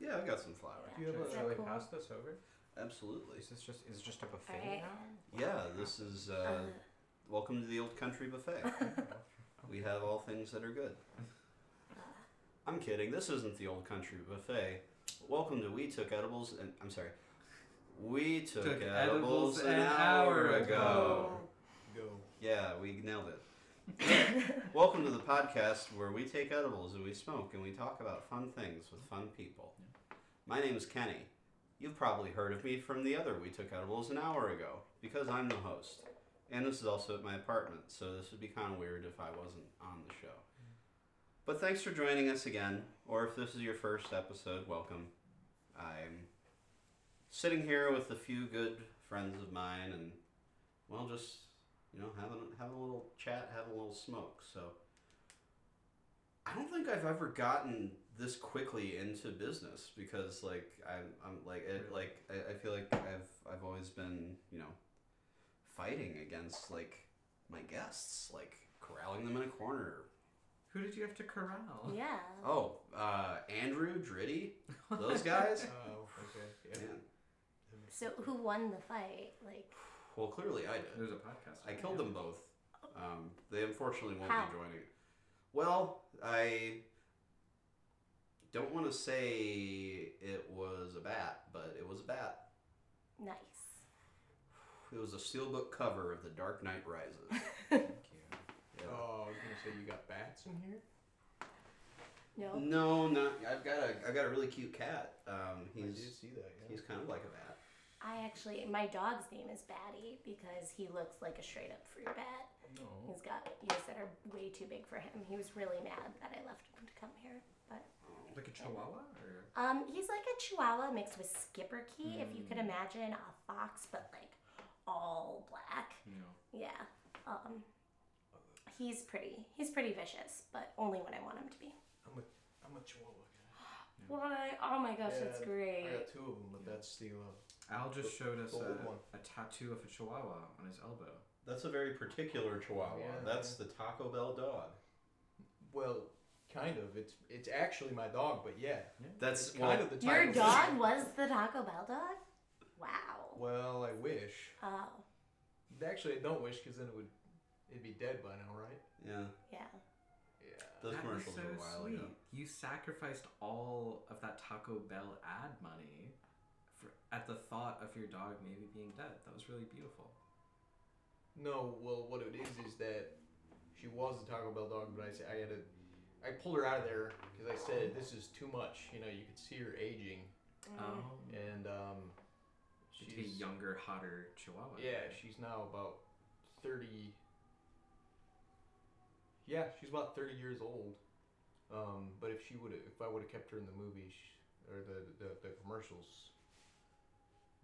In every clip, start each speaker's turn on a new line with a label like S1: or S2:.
S1: Yeah, I got some flour.
S2: Do you have
S3: Is that
S2: a
S3: cool?
S2: pass this over?
S1: Absolutely.
S2: Is this just is it just a buffet
S3: Alright.
S2: now?
S1: Yeah, this is uh, welcome to the old country buffet. we have all things that are good. I'm kidding. This isn't the old country buffet. Welcome to We Took Edibles and I'm sorry. We took,
S4: Took edibles
S1: edibles, an,
S4: an
S1: hour
S4: hour
S1: ago.
S4: ago. Go.
S1: Yeah, we nailed it. Welcome to the podcast where we take edibles and we smoke and we talk about fun things with fun people. My name is Kenny. You've probably heard of me from the other We Took Edibles an hour ago because I'm the host. And this is also at my apartment, so this would be kind of weird if I wasn't on the show. But thanks for joining us again, or if this is your first episode, welcome. I'm sitting here with a few good friends of mine and, well, just, you know, having, having a little chat, having a little smoke. So I don't think I've ever gotten this quickly into business because, like, I'm, I'm like, it, like I, I feel like I've, I've always been, you know, fighting against, like, my guests, like, corralling them in a corner
S4: Who did you have to corral?
S3: Yeah.
S1: Oh, uh, Andrew Dritty, those guys.
S4: Oh, okay. Yeah.
S1: Man.
S3: So who won the fight? Like
S1: Well, clearly I did.
S2: There's a podcast.
S1: I killed them both. Um, they unfortunately won't
S3: How?
S1: be joining. Well, I don't want to say it was a bat, but it was a bat.
S3: nice.
S1: It was a steelbook cover of The Dark Knight Rises.
S4: Thank you.
S1: Yeah.
S4: Oh, I was gonna say you got bats in here. Oh.
S3: No.
S1: No, not. I've got a. I've got a really cute cat. Um,
S4: I did
S1: he's
S4: see that. Yeah.
S1: he's kind of like a bat.
S3: I actually my dog's name is Batty because he looks like a straight up fruit bat.
S2: No.
S3: He's got ears that are way too big for him. He was really mad that I left him to come here. But
S2: Like a chihuahua or
S3: um he's like a chihuahua mixed with skipper key, if you could imagine a fox but like all black.
S2: no.
S3: Yeah. Um he's pretty. He's pretty vicious, but only when I want him to be.
S4: I'm a I'm a chihuahua guy.
S3: Why? Oh my gosh, that's
S4: Yeah, I
S3: great.
S4: got two of them, but that's the uh,
S2: Al just showed us
S4: Old
S2: a,
S4: one.
S2: a tattoo of a chihuahua on his elbow.
S1: That's a very particular Chihuahua.
S4: Yeah.
S1: That's the Taco Bell dog.
S4: well, kind of. It's it's actually my dog, but yeah,
S1: That's
S4: kind
S1: well,
S4: of the
S3: Your
S4: title.
S3: dog was the Taco Bell dog? Wow.
S4: Well, I wish.
S3: Oh,
S4: Actually, I don't wish, cause then it would it'd be dead by now, right?
S1: Yeah,
S3: yeah.
S4: Yeah.
S1: those
S2: That was
S1: commercials were
S2: so
S1: a while
S2: sweet.
S1: ago.
S2: You sacrificed all of that Taco Bell ad money for, at the thought of your dog maybe being dead. That was really beautiful.
S4: No, well, what it is is that she was a Taco Bell dog, but I said I had to. I pulled her out of there because I said this is too much. You know, you could see her aging,
S3: Mm.
S2: Oh,
S4: and um,
S2: to take a
S4: she's
S2: younger, hotter Chihuahua.
S4: yeah, she's now about thirty. Yeah, she's about thirty years old. Um, but if she would, if I would have kept her in the movies or the the, the commercials,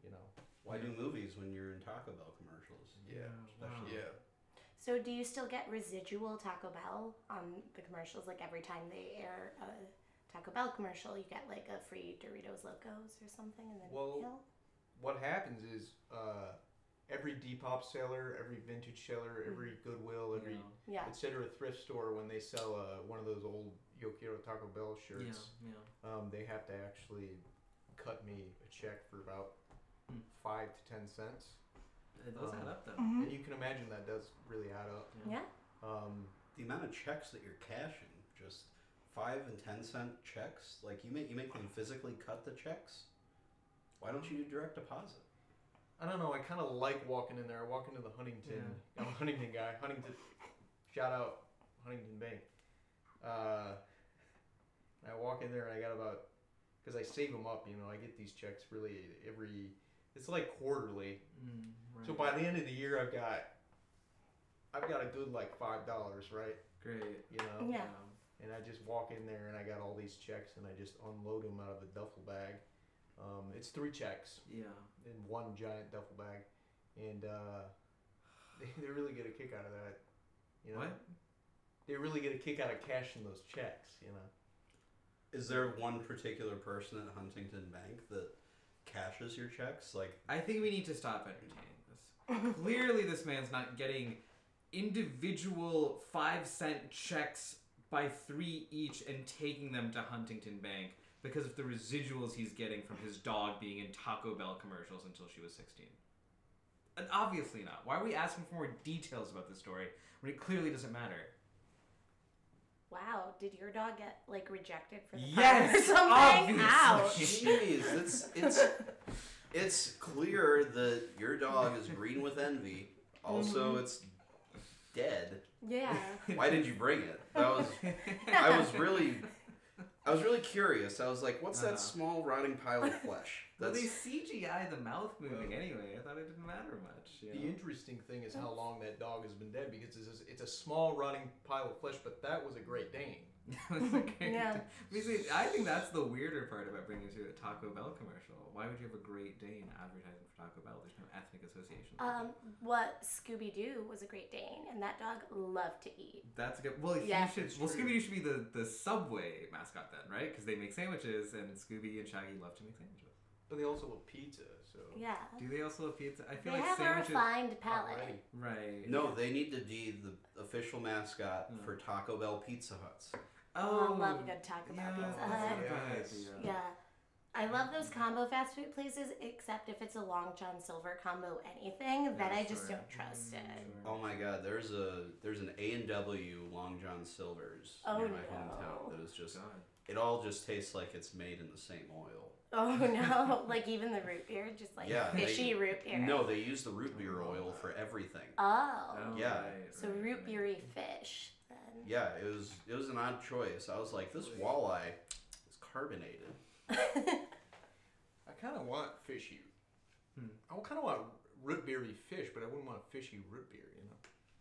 S4: you know.
S1: Why do movies when you're in Taco Bell commercials?
S2: Yeah,
S4: especially-
S2: wow.
S4: yeah.
S3: So, do you still get residual Taco Bell on the commercials? Like every time they air a Taco Bell commercial, you get like a free Doritos Locos or something, and then
S4: Well-
S3: Hill?
S4: what happens is uh, every Depop seller, every vintage seller, every Goodwill, every
S2: Yeah.
S3: Yeah.
S4: etc. thrift store, when they sell uh, one of those old Yokiro Taco Bell
S2: Yeah,
S4: shirts,
S2: yeah.
S4: um, they have to actually cut me a check for about five to ten cents.
S2: It does
S4: Um,
S2: add up though.
S3: Hmm? Mm-hmm.
S4: And you can imagine that does really add up.
S2: Mm-hmm.
S3: Yeah.
S4: Um,
S1: The amount of checks that you're cashing, just five and ten cent checks, like you make you make them physically cut the checks. Why don't you do direct deposit?
S4: I don't know. I kind of like walking in there. I walk into the Huntington. I'm a Huntington guy. Huntington. Shout out Huntington Bank. Uh, and I walk in there and I got about because I save them up. You know, I get these checks really every. It's like quarterly.
S2: Mm, right.
S4: So by the end of the year, I've got. I've got a good like five dollars, right?
S2: great.
S4: You know.
S3: Yeah.
S2: Um,
S4: And I just walk in there and I got all these checks and I just unload them out of a duffel bag. Um, it's three checks
S2: yeah.
S4: in one giant duffel bag, and uh, they, they really get a kick out of that. You know,
S2: What?
S4: they really get a kick out of cashing those checks. You know,
S1: Is there one particular person at Huntington Bank that cashes your checks? Like
S2: I think we need to stop entertaining this. Clearly, this man's not getting individual five cent checks by three each and taking them to Huntington Bank because of the residuals he's getting from his dog being in Taco Bell commercials until she was 16. And obviously not. Why are we asking for more details about this story when it clearly doesn't matter?
S3: Wow, did your dog get like rejected for the
S2: Yes,
S3: part or something?
S2: obviously.
S3: Ouch.
S1: Jeez, it's it's it's clear that your dog is green with envy. Also,
S3: Mm-hmm.
S1: it's dead.
S3: Yeah.
S1: Why did you bring it? That was I was really I was really curious. I was like, what's
S2: Uh-huh.
S1: that small rotting pile of flesh?
S2: Well,
S1: That's
S2: they CGI the mouth moving anyway. I thought it didn't matter much. You
S4: The
S2: know?
S4: interesting thing is how long that dog has been dead because it's, it's a small rotting pile of flesh, but that was a Great Dane.
S2: That was a great-
S3: Yeah.
S2: Basically, I think that's the weirder part about bringing it to a Taco Bell commercial. Why would you have a Great Dane advertising for Taco Bell? There's no ethnic association.
S3: Um, what Scooby Doo was a Great Dane, and that dog loved to eat.
S2: that's a good. Well,
S3: yeah.
S2: he should. Well, Scooby Doo should be the, the Subway mascot then, right? Because they make sandwiches, and Scooby and Shaggy love to make sandwiches.
S4: But they also love pizza, so.
S3: Yeah.
S2: Do they also have pizza? I
S3: Uh, They
S2: feel like
S3: have a
S2: sandwiches.
S3: refined palate.
S4: Alrighty.
S2: Right.
S1: no, they need to be the official mascot
S2: Mm.
S1: for Taco Bell Pizza Huts.
S3: Oh,
S2: Oh,
S3: love a good Taco Bell
S2: yeah,
S3: Pizza
S2: that's
S3: Hut.
S2: a good
S4: Yes.
S2: idea.
S3: Uh, Yeah. I love those combo fast food places, except if it's a Long John Silver combo anything, then
S2: Yeah,
S3: I just
S2: sure. Mm,
S3: don't trust it.
S2: Sure.
S1: Oh my God, there's a there's an A and W Long John Silver's
S3: Oh
S1: near my
S3: no.
S1: hometown that is just
S2: God.
S1: it all just tastes like it's made in the same oil.
S3: Oh no, like even the root beer, just like
S1: Yeah, they-
S3: fishy root beer.
S1: No, they use the root beer oil for everything.
S3: Oh.
S2: Oh,
S1: Yeah.
S2: right,
S3: so
S2: right,
S3: root
S2: right.
S3: beery fish then.
S1: Yeah, it was it was an odd choice. I was like, this walleye is carbonated.
S4: I kind of want fishy.
S2: Hmm.
S4: I kind of want root beery fish, but I wouldn't want fishy root beer, you know?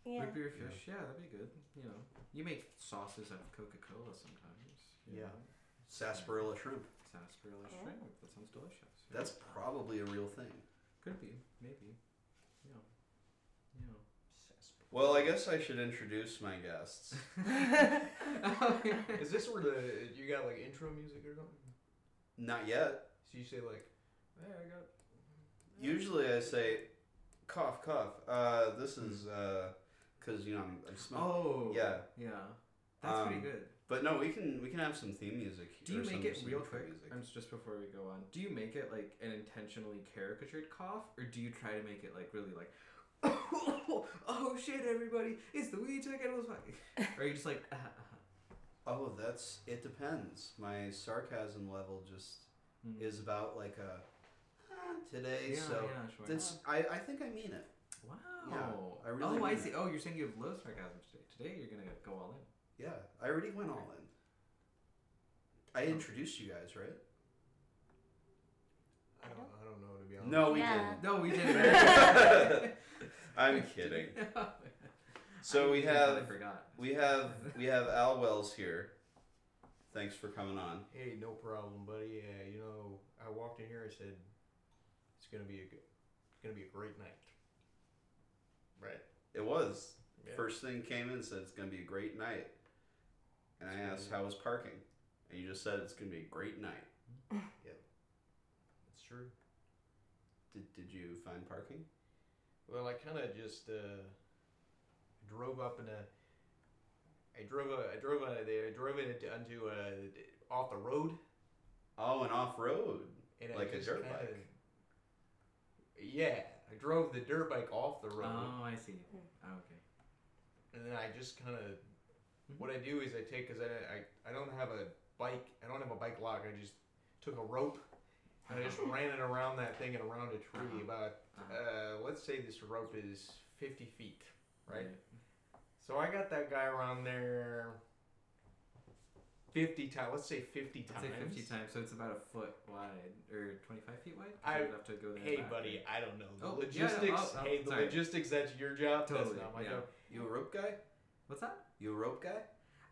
S3: Yeah.
S2: Root beer fish, yeah. that'd be good. You know, you make sauces out of Coca Cola sometimes. you
S1: Yeah.
S2: know.
S1: Sarsaparilla shrimp.
S2: sarsaparilla
S3: Yeah.
S2: shrimp. That sounds delicious. yeah.
S1: That's probably a real thing.
S2: could be, maybe. Yeah, yeah.
S1: Well, I guess I should introduce my guests.
S4: Is this where the. You got like intro music or something?
S1: Not yet.
S4: So you say like, hey, I got.
S1: Usually I say, cough, cough. Uh, this is uh 'cause you know I'm, I'm smoking.
S2: oh,
S1: Yeah.
S2: yeah. That's pretty
S1: Um,
S2: good.
S1: But no, we can we can have some theme music.
S2: Do you
S1: or
S2: make
S1: some-
S2: it
S1: some
S2: real
S1: intro
S2: quick?
S1: music.
S2: I'm just before we go on. Do you make it like an intentionally caricatured cough, or do you try to make it like really like, oh, shit, everybody, it's the weed tech animals fight, or are you just like, ah, ah,
S1: Oh, that's it depends. My sarcasm level just
S2: ah. Mm.
S1: is about like a "Ah, today.
S2: yeah,
S1: so
S2: yeah, sure.
S1: that's I, I think I mean it.
S2: Wow.
S1: I really
S2: oh, I
S1: mean
S2: see.
S1: it.
S2: Oh, you're saying you have low sarcasm today. Today you're gonna go all in.
S1: Yeah, I already went all in.
S2: Oh.
S1: I introduced you guys, right?
S4: I don't, I don't know, to be honest.
S1: No, we
S3: Yeah.
S1: didn't.
S2: No, we didn't.
S1: didn't.
S2: Oh,
S1: I'm kidding. So we
S2: I
S1: have
S2: forgot.
S1: we have we have Al Wells here. Thanks for coming on.
S4: Hey, no problem, buddy. Yeah, you know, I walked in here. I said, "It's gonna be a good, it's gonna be a great night." Right.
S1: It was
S4: Yeah.
S1: first thing came in said it's gonna be a great night, and I asked how was parking, and you just said it's gonna be a great night.
S4: That's true.
S1: Did, did you find parking?
S4: Well, I kind of just uh, drove up in a. I drove a. I drove a. They drove it onto a off the road,
S1: Oh, an off road.
S4: and I
S1: Like a
S4: just
S1: dirt
S4: kinda,
S1: bike.
S4: Yeah, I drove the dirt bike off the road.
S2: Oh, I see.
S3: Hmm.
S2: Oh, okay.
S4: and then I just kind of
S2: Hmm?
S4: what I do is I take because I, I I don't have a bike I don't have a bike lock I just took a rope and I just
S2: Uh-huh.
S4: ran it around that thing and around a tree about uh, let's say this rope is 50 feet
S2: Mm-hmm.
S4: right so I got that guy around there 50 times let's say 50
S2: I'd
S4: times
S2: say 50 times, so it's about a foot wide or 25 feet wide. 'Cause
S4: I-
S2: you'd have to go there. and
S4: hey
S2: back,
S4: buddy
S2: right?
S4: I don't know the
S2: Oh, yeah,
S4: logistics
S2: no, oh, oh,
S4: hey the
S2: sorry.
S4: logistics that's your job
S2: Totally,
S4: that's not my
S2: yeah.
S4: job
S1: You a rope guy?
S2: What's that?
S1: You a rope guy?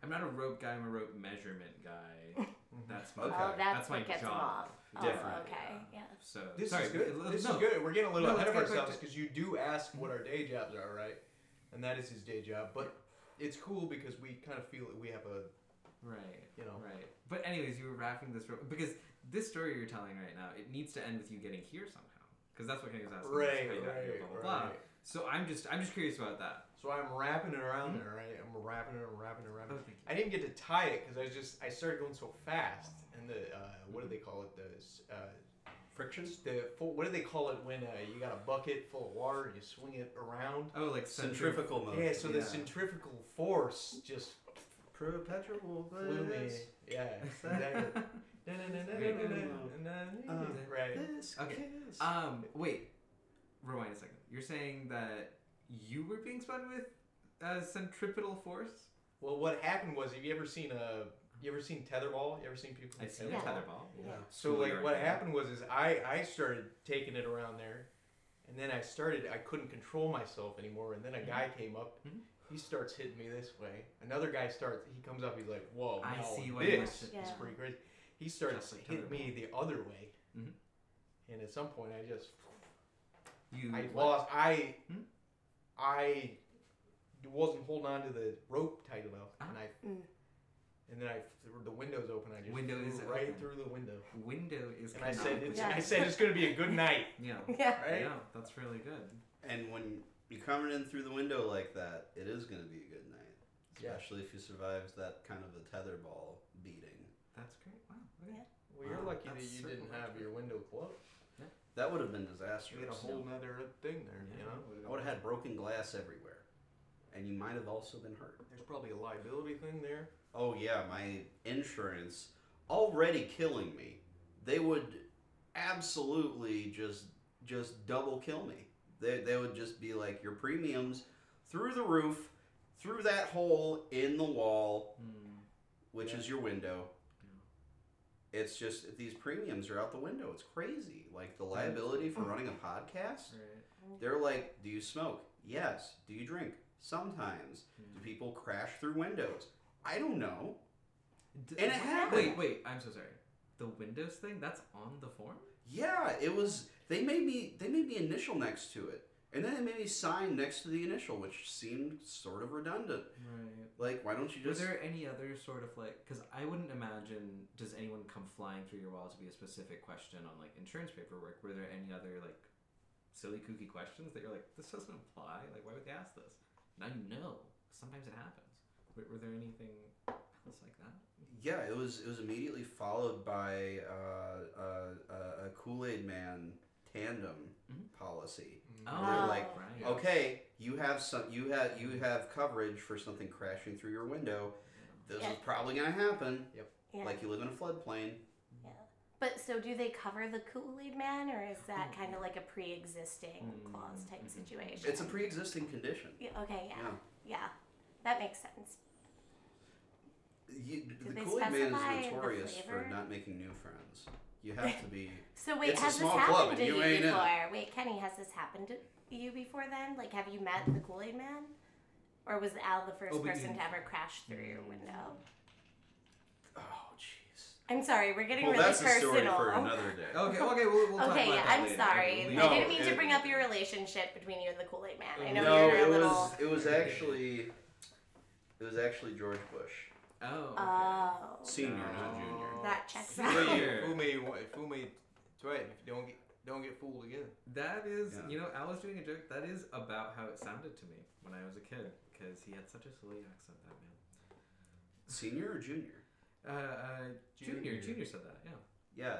S2: I'm not a rope guy. I'm a rope measurement guy. That's my.
S1: Okay.
S3: Oh, that's,
S2: my
S3: what gets them
S2: job.
S3: off.
S1: Different.
S3: Oh, okay. Yeah.
S2: So
S4: This
S2: sorry,
S4: is good.
S2: but-
S4: This
S2: no,
S4: is good. We're getting a little
S2: No,
S4: ahead of
S2: let's get back
S4: ourselves because you do ask what our day jobs are, right? And that is his day job. But it's cool because we kind of feel that we have a,
S2: Right.
S4: you know.
S2: Right. But anyways, you were wrapping this rope because this story you're telling right now, it needs to end with you getting here somehow. because that's what Kenny was asking. us,
S4: Right,
S2: how you got here,
S4: right,
S2: blah, blah, blah.
S4: right.
S2: So I'm just I'm just curious about that.
S4: So I'm wrapping it around there, right? I'm wrapping it, I'm wrapping it, wrapping
S2: Oh,
S4: it.
S2: thank you.
S4: I didn't get to tie it because I was just I started going so fast, and the uh, what do they call it? The s- uh,
S1: Friction?
S4: the full, what do they call it when uh, you got a bucket full of water and you swing it around?
S2: Oh, like centrif-
S1: Centrifugal motion.
S4: Yeah, so the
S2: yeah.
S4: centrifugal force just
S1: Perpetual
S4: flew me. Yeah, exactly.
S1: Uh,
S4: Right.
S2: Okay. Um, wait. Rewind a second. You're saying that you were being spun with a centripetal force?
S4: Well, what happened was, have you ever seen a? You ever seen tetherball? You ever seen people?
S2: I've seen
S3: Yeah.
S2: a tetherball.
S1: Yeah.
S4: So like what happened was is I I started taking it around there, and then I started I couldn't control myself anymore, and then a
S2: Hmm.
S4: guy came up.
S2: Mhm.
S4: He starts hitting me this way. Another guy starts. He comes up. He's like, "Whoa,
S2: I
S4: no,
S2: see why you
S4: this
S3: left it.
S4: is
S3: Yeah.
S4: pretty crazy." He starts
S2: Just like
S4: hitting me the other way,
S2: Mhm.
S4: and at some point I just
S2: You
S4: I
S2: what?
S4: lost. I
S2: Hmm?
S4: I wasn't holding on to the rope tight enough, and I
S3: Mm.
S4: and then I the window's open. I just
S2: Window
S4: flew
S2: is
S4: right
S2: open.
S4: through the window.
S2: window is.
S4: And I
S2: cannot
S4: said,
S2: be-
S4: it's,
S3: Yeah.
S4: I said it's gonna be a good night,
S2: yeah.
S3: Yeah.
S4: right?
S2: Yeah, that's really good.
S1: And when you're coming in through the window like that, it is going to be a good night.
S4: Yeah.
S1: Especially if you survive that kind of a tetherball beating.
S2: That's great. Wow. Okay.
S3: Yeah.
S4: Well, you're
S2: Wow,
S4: lucky that
S2: that's
S4: you
S2: certain
S4: didn't have your window closed.
S1: That would have been disastrous.
S4: You had a whole other thing there, you know.
S1: I would have had broken glass everywhere. And you might have also been hurt.
S4: There's probably a liability thing there.
S1: Oh, yeah, my insurance already killing me. They would absolutely just just double kill me. They, they would just be like, your premiums through the roof, through that hole in the wall,
S2: Hmm.
S1: which
S4: Yeah.
S1: is your window. It's just these premiums are out the window. It's crazy. Like the liability for running a podcast.
S2: Right.
S1: They're like, do you smoke? Yes. Do you drink? Sometimes. Do people crash through windows? I don't know.
S2: D-
S1: And it happened.
S2: Wait, wait. I'm so sorry. The Windows thing that's on the form.
S1: Yeah, it was. They made me. They made me initial next to it, and then they made me sign next to the initial, which seemed sort of redundant.
S2: Right.
S1: Like, why don't you
S2: Were
S1: just?
S2: there any other sort of like? Because I wouldn't imagine does anyone come flying through your wall to be a specific question on like insurance paperwork. Were there any other like silly kooky questions that you're like this doesn't apply? Like why would they ask this? Now you know. Sometimes it happens. Were, were there anything else like that?
S1: Yeah, it was. It was immediately followed by uh, uh, uh, a Kool Aid Man tandem
S2: Mhm.
S1: policy.
S4: Mm.
S2: Oh,
S3: They're
S1: like,
S2: right.
S4: Yeah.
S1: okay, you have some, you have you have coverage for something crashing through your window. This
S3: Yeah.
S1: is probably gonna happen.
S3: Yeah.
S1: Like you live in a floodplain.
S3: but so do they cover the Kool Aid Man, or is that kind of like a pre-existing clause type situation?
S1: Mm-hmm. It's a pre-existing condition.
S3: Yeah, okay. Yeah.
S1: Yeah.
S3: Yeah. That makes sense.
S1: You, the
S3: they
S1: Kool Aid Man
S3: specify
S1: is
S3: the
S1: notorious for
S3: flavor?
S1: not making new friends. You have to be.
S3: So wait,
S1: It's a
S3: has this
S1: small
S3: happened
S1: club and
S3: to
S1: you
S3: you,
S1: ain't in it.
S3: before? Wait, Kenny, has this happened to you before then? Like, have you met the Kool Aid Man, or was Al the first
S2: Oh, we
S3: person
S2: didn't-
S3: to ever crash through your window?
S1: oh, jeez.
S3: I'm sorry, we're getting
S1: Well,
S3: really
S1: that's a
S3: personal.
S1: story for another day.
S2: Okay. Okay. We'll, we'll talk
S3: Okay,
S2: about
S3: yeah,
S2: that
S3: I'm
S2: later.
S3: sorry.
S2: We-
S1: No,
S3: I didn't mean
S1: it-
S3: to bring up
S2: Oh,
S3: your relationship between you and the Kool Aid Man. I know
S1: no,
S3: you're a
S1: it
S3: little.
S1: was it was actually it was actually George Bush
S2: Oh. okay.
S3: Oh,
S1: senior, not junior.
S3: that checks
S2: Senior.
S3: out.
S2: Here.
S4: Fool me, wa- fool me twice. If you don't get don't get fooled again.
S2: That is,
S1: Yeah.
S2: you know, I was doing a joke. That is about how it sounded to me when I was a kid, because he had such a silly accent. That man,
S1: Senior or junior?
S2: uh, uh, junior,
S4: Junior.
S2: junior said that. Yeah,
S1: Yeah,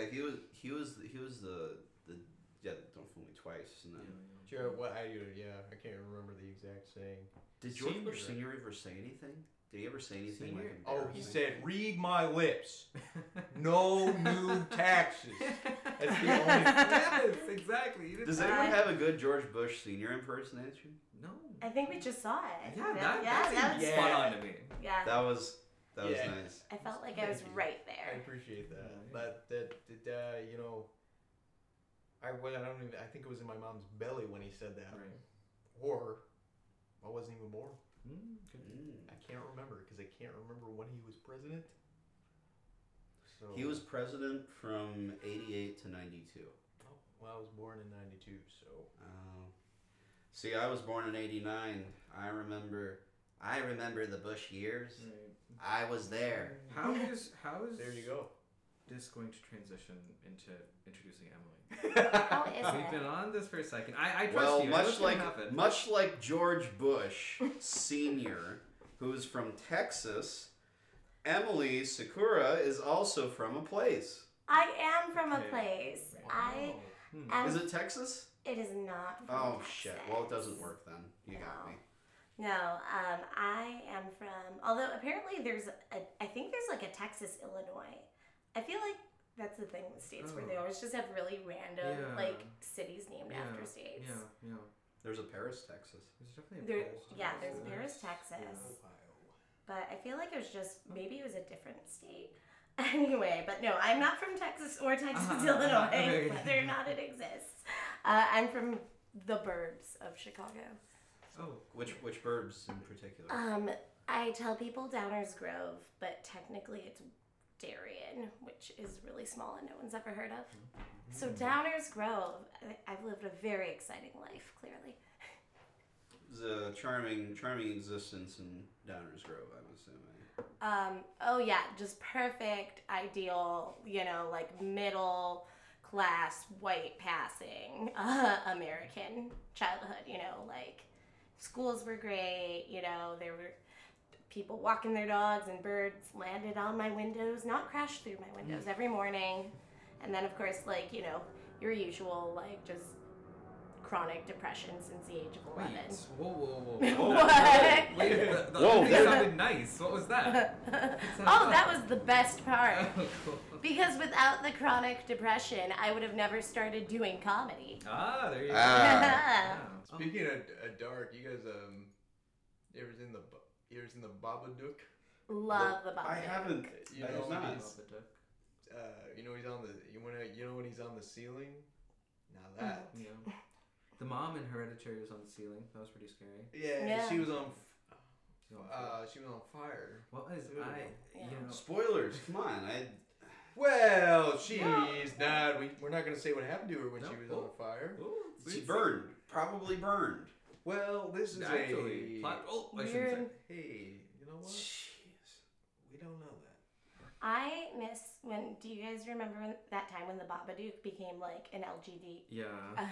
S1: yeah. He was he was he was the the yeah. Don't fool me twice. And then
S2: yeah,
S4: Sure, what I do? Yeah, I can't remember the exact saying.
S1: did George
S4: Senior,
S1: Bush
S4: right?
S1: Senior ever say anything? Did he ever say anything? Like
S2: Senior?
S4: Oh, he
S1: embarrassing?
S4: said, "Read my lips.
S2: yeah.
S4: No new taxes." That's the only.
S2: yes, exactly. You did
S1: Does
S2: that?
S1: anyone have a good George Bush Senior impersonation?
S2: No.
S3: I think we just saw it.
S2: Yeah, that,
S3: yeah,
S2: that
S3: that
S2: seemed
S3: was,
S4: yeah.
S2: spot on to me.
S3: yeah.
S1: That was that was
S4: Yeah.
S1: nice.
S3: I felt like I was
S4: Thank you.
S3: right
S4: I
S3: there.
S4: appreciate that.
S2: Yeah.
S4: But that, that uh, you know, I went. I don't even. I think it was in my mom's belly when he said that,
S2: Right.
S4: or I wasn't even born.
S2: Mm, good.
S1: Mm.
S4: I can't remember because I can't remember when he was president. So
S1: He was president from '88 to '92.
S4: Oh, well, I was born in '92, so
S1: Oh. See, I was born in '89. I remember. I
S2: Mm.
S1: remember the Bush years.
S2: Right.
S1: I was there.
S2: How is how is
S4: there you go.
S2: just going to transition into introducing Emily.
S3: How is
S2: We've
S3: it?
S2: been on this for a second. I, I trust
S1: Well,
S2: you. I know
S1: much
S2: it's gonna
S1: like
S2: happen.
S1: much like George Bush Senior, who is from Texas, Emily Sakura is also from a place.
S3: I am from a
S2: Okay.
S3: place. I
S4: Wow.
S2: Hmm.
S3: am.
S1: Is it Texas?
S3: it is not. From
S1: Oh
S3: Texas.
S1: shit! Well, it doesn't work then. You got
S3: No.
S1: me.
S3: No, um, I am from. Although apparently there's, a, I think there's like a Texas, Illinois. I feel like that's the thing with states where they
S2: Oh.
S3: always just have really random
S2: Yeah.
S3: like cities named
S2: Yeah,
S3: after states.
S2: Yeah, yeah.
S1: There's a Paris, Texas.
S2: There's definitely a
S3: There-
S2: Paris,
S3: yeah,
S4: there's
S2: Texas.
S3: Paris, Texas.
S2: Yeah.
S3: But I feel like it was just maybe it was a different state. Anyway, but no, I'm not from Texas or Texas,
S2: Uh-huh,
S3: Illinois,
S2: uh-huh, okay.
S3: whether or not it exists. Uh, I'm from the burbs of Chicago.
S2: Oh,
S1: Which which burbs in particular?
S3: Um, I tell people Downers Grove, but technically it's Darien, which is really small and no one's ever heard of. So
S2: Mm-hmm.
S3: Downers Grove, I- I've lived a very exciting life, clearly.
S1: It's a charming charming existence in Downers Grove. I'm assuming.
S3: Um, oh yeah, just perfect, ideal, you know, like middle class, white passing uh, American childhood, you know, like schools were great, you know, there were people walking their dogs and birds landed on my windows, not crashed through my windows every morning. And then, of course, like, you know, your usual, like, just chronic depression since the age of
S2: wait.
S3: 11.
S2: Whoa, whoa, whoa.
S1: Whoa.
S3: What?
S2: Wait, the, the
S1: Whoa,
S2: opening
S1: that-
S2: sounded nice. What was that?
S3: oh, that was the best part.
S2: Oh, cool.
S3: Because without the chronic depression, I would have never started doing comedy.
S2: Ah, there you go.
S1: Ah.
S2: Yeah. Oh,
S4: Speaking of, of dark, you guys um, you ever seen the Bu- you ever seen the Babadook?
S3: Love the Bob.
S1: I
S3: Dylan.
S1: haven't.
S4: You
S1: I
S4: know,
S1: have not.
S4: he's- Uh, you know he's on the you wanna you know when he's on the ceiling. Now that
S2: uh, yeah. The mom in Hereditary was on the ceiling. That was pretty scary.
S4: yeah,
S3: Mm-hmm. Yeah.
S4: she was on
S2: She was on the ceiling.
S4: uh she was on fire.
S2: what is
S4: ooh.
S2: I?
S3: Yeah.
S2: You know,
S1: Spoilers. Come on. I.
S4: Well, she's not. We, we're not going to say what happened to her when
S2: No.
S4: she was on fire.
S2: Ooh,
S1: She
S2: it's-
S1: burned. Probably burned.
S4: Well, this is
S2: Actually,
S4: a
S2: plot- oh, I
S3: You're
S2: shouldn't
S3: in-
S2: say.
S4: Hey, you know what?
S1: Jeez.
S4: We don't know that.
S3: I miss when. Do you guys remember when, that time when the Babadook became like an LGBT,
S2: Yeah.
S3: uh,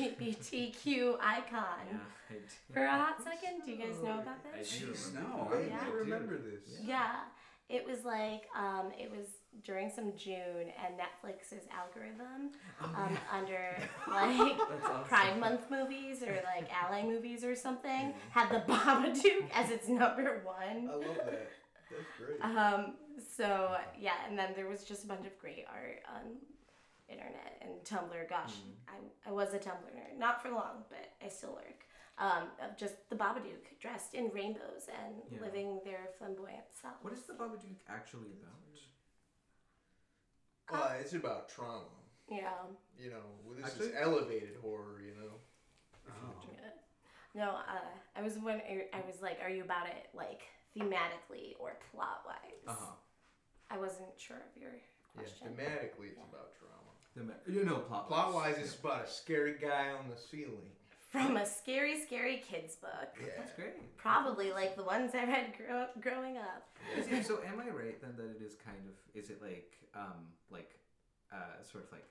S3: LGBTQ icon
S2: Yeah. I do.
S3: for a hot second? Do you guys know
S2: Oh,
S3: about
S2: I
S3: this?
S2: do
S1: Jeez,
S2: remember.
S4: I
S1: no, I
S3: Yeah.
S4: yeah.
S2: do.
S4: remember this.
S2: Oh, Yeah.
S3: Yeah, it was like um, it was during some June, and Netflix's algorithm
S2: Oh,
S3: um,
S2: yeah.
S3: under like
S2: That's awesome.
S3: Pride Month movies or like ally movies or something
S2: Mm-hmm.
S3: had the Babadook as its number
S4: I
S3: one.
S4: love that. That's
S2: Oh.
S4: great.
S3: Um, so yeah, and then there was just a bunch of great art on internet and Tumblr. Gosh,
S2: Mm-hmm.
S3: I, I was a Tumblr nerd, not for long, but I still lurk. Um, of just the Babadook dressed in rainbows and
S2: Yeah.
S3: living their flamboyant selves.
S2: What is the Babadook actually about?
S4: Well, it's about trauma.
S3: Yeah.
S4: You know, well, this
S2: Actually-
S4: is elevated horror. You know.
S1: Oh.
S3: yeah. No, uh, I was when I was like, are you about it like thematically or plot wise?
S2: Uh
S4: Uh-huh.
S2: huh.
S3: I wasn't sure of your
S4: Yeah.
S3: question.
S4: Thematically, it's
S3: Yeah.
S4: about trauma.
S2: The ma- you know plot.
S4: Plot wise,
S2: Oh,
S4: it's about a scary guy on the ceiling.
S3: From a scary, scary kids book.
S4: Yeah.
S2: That's great.
S3: Probably like the ones I read grow- growing up.
S2: Is it- so am I right then that it is kind of is it like um like uh sort of like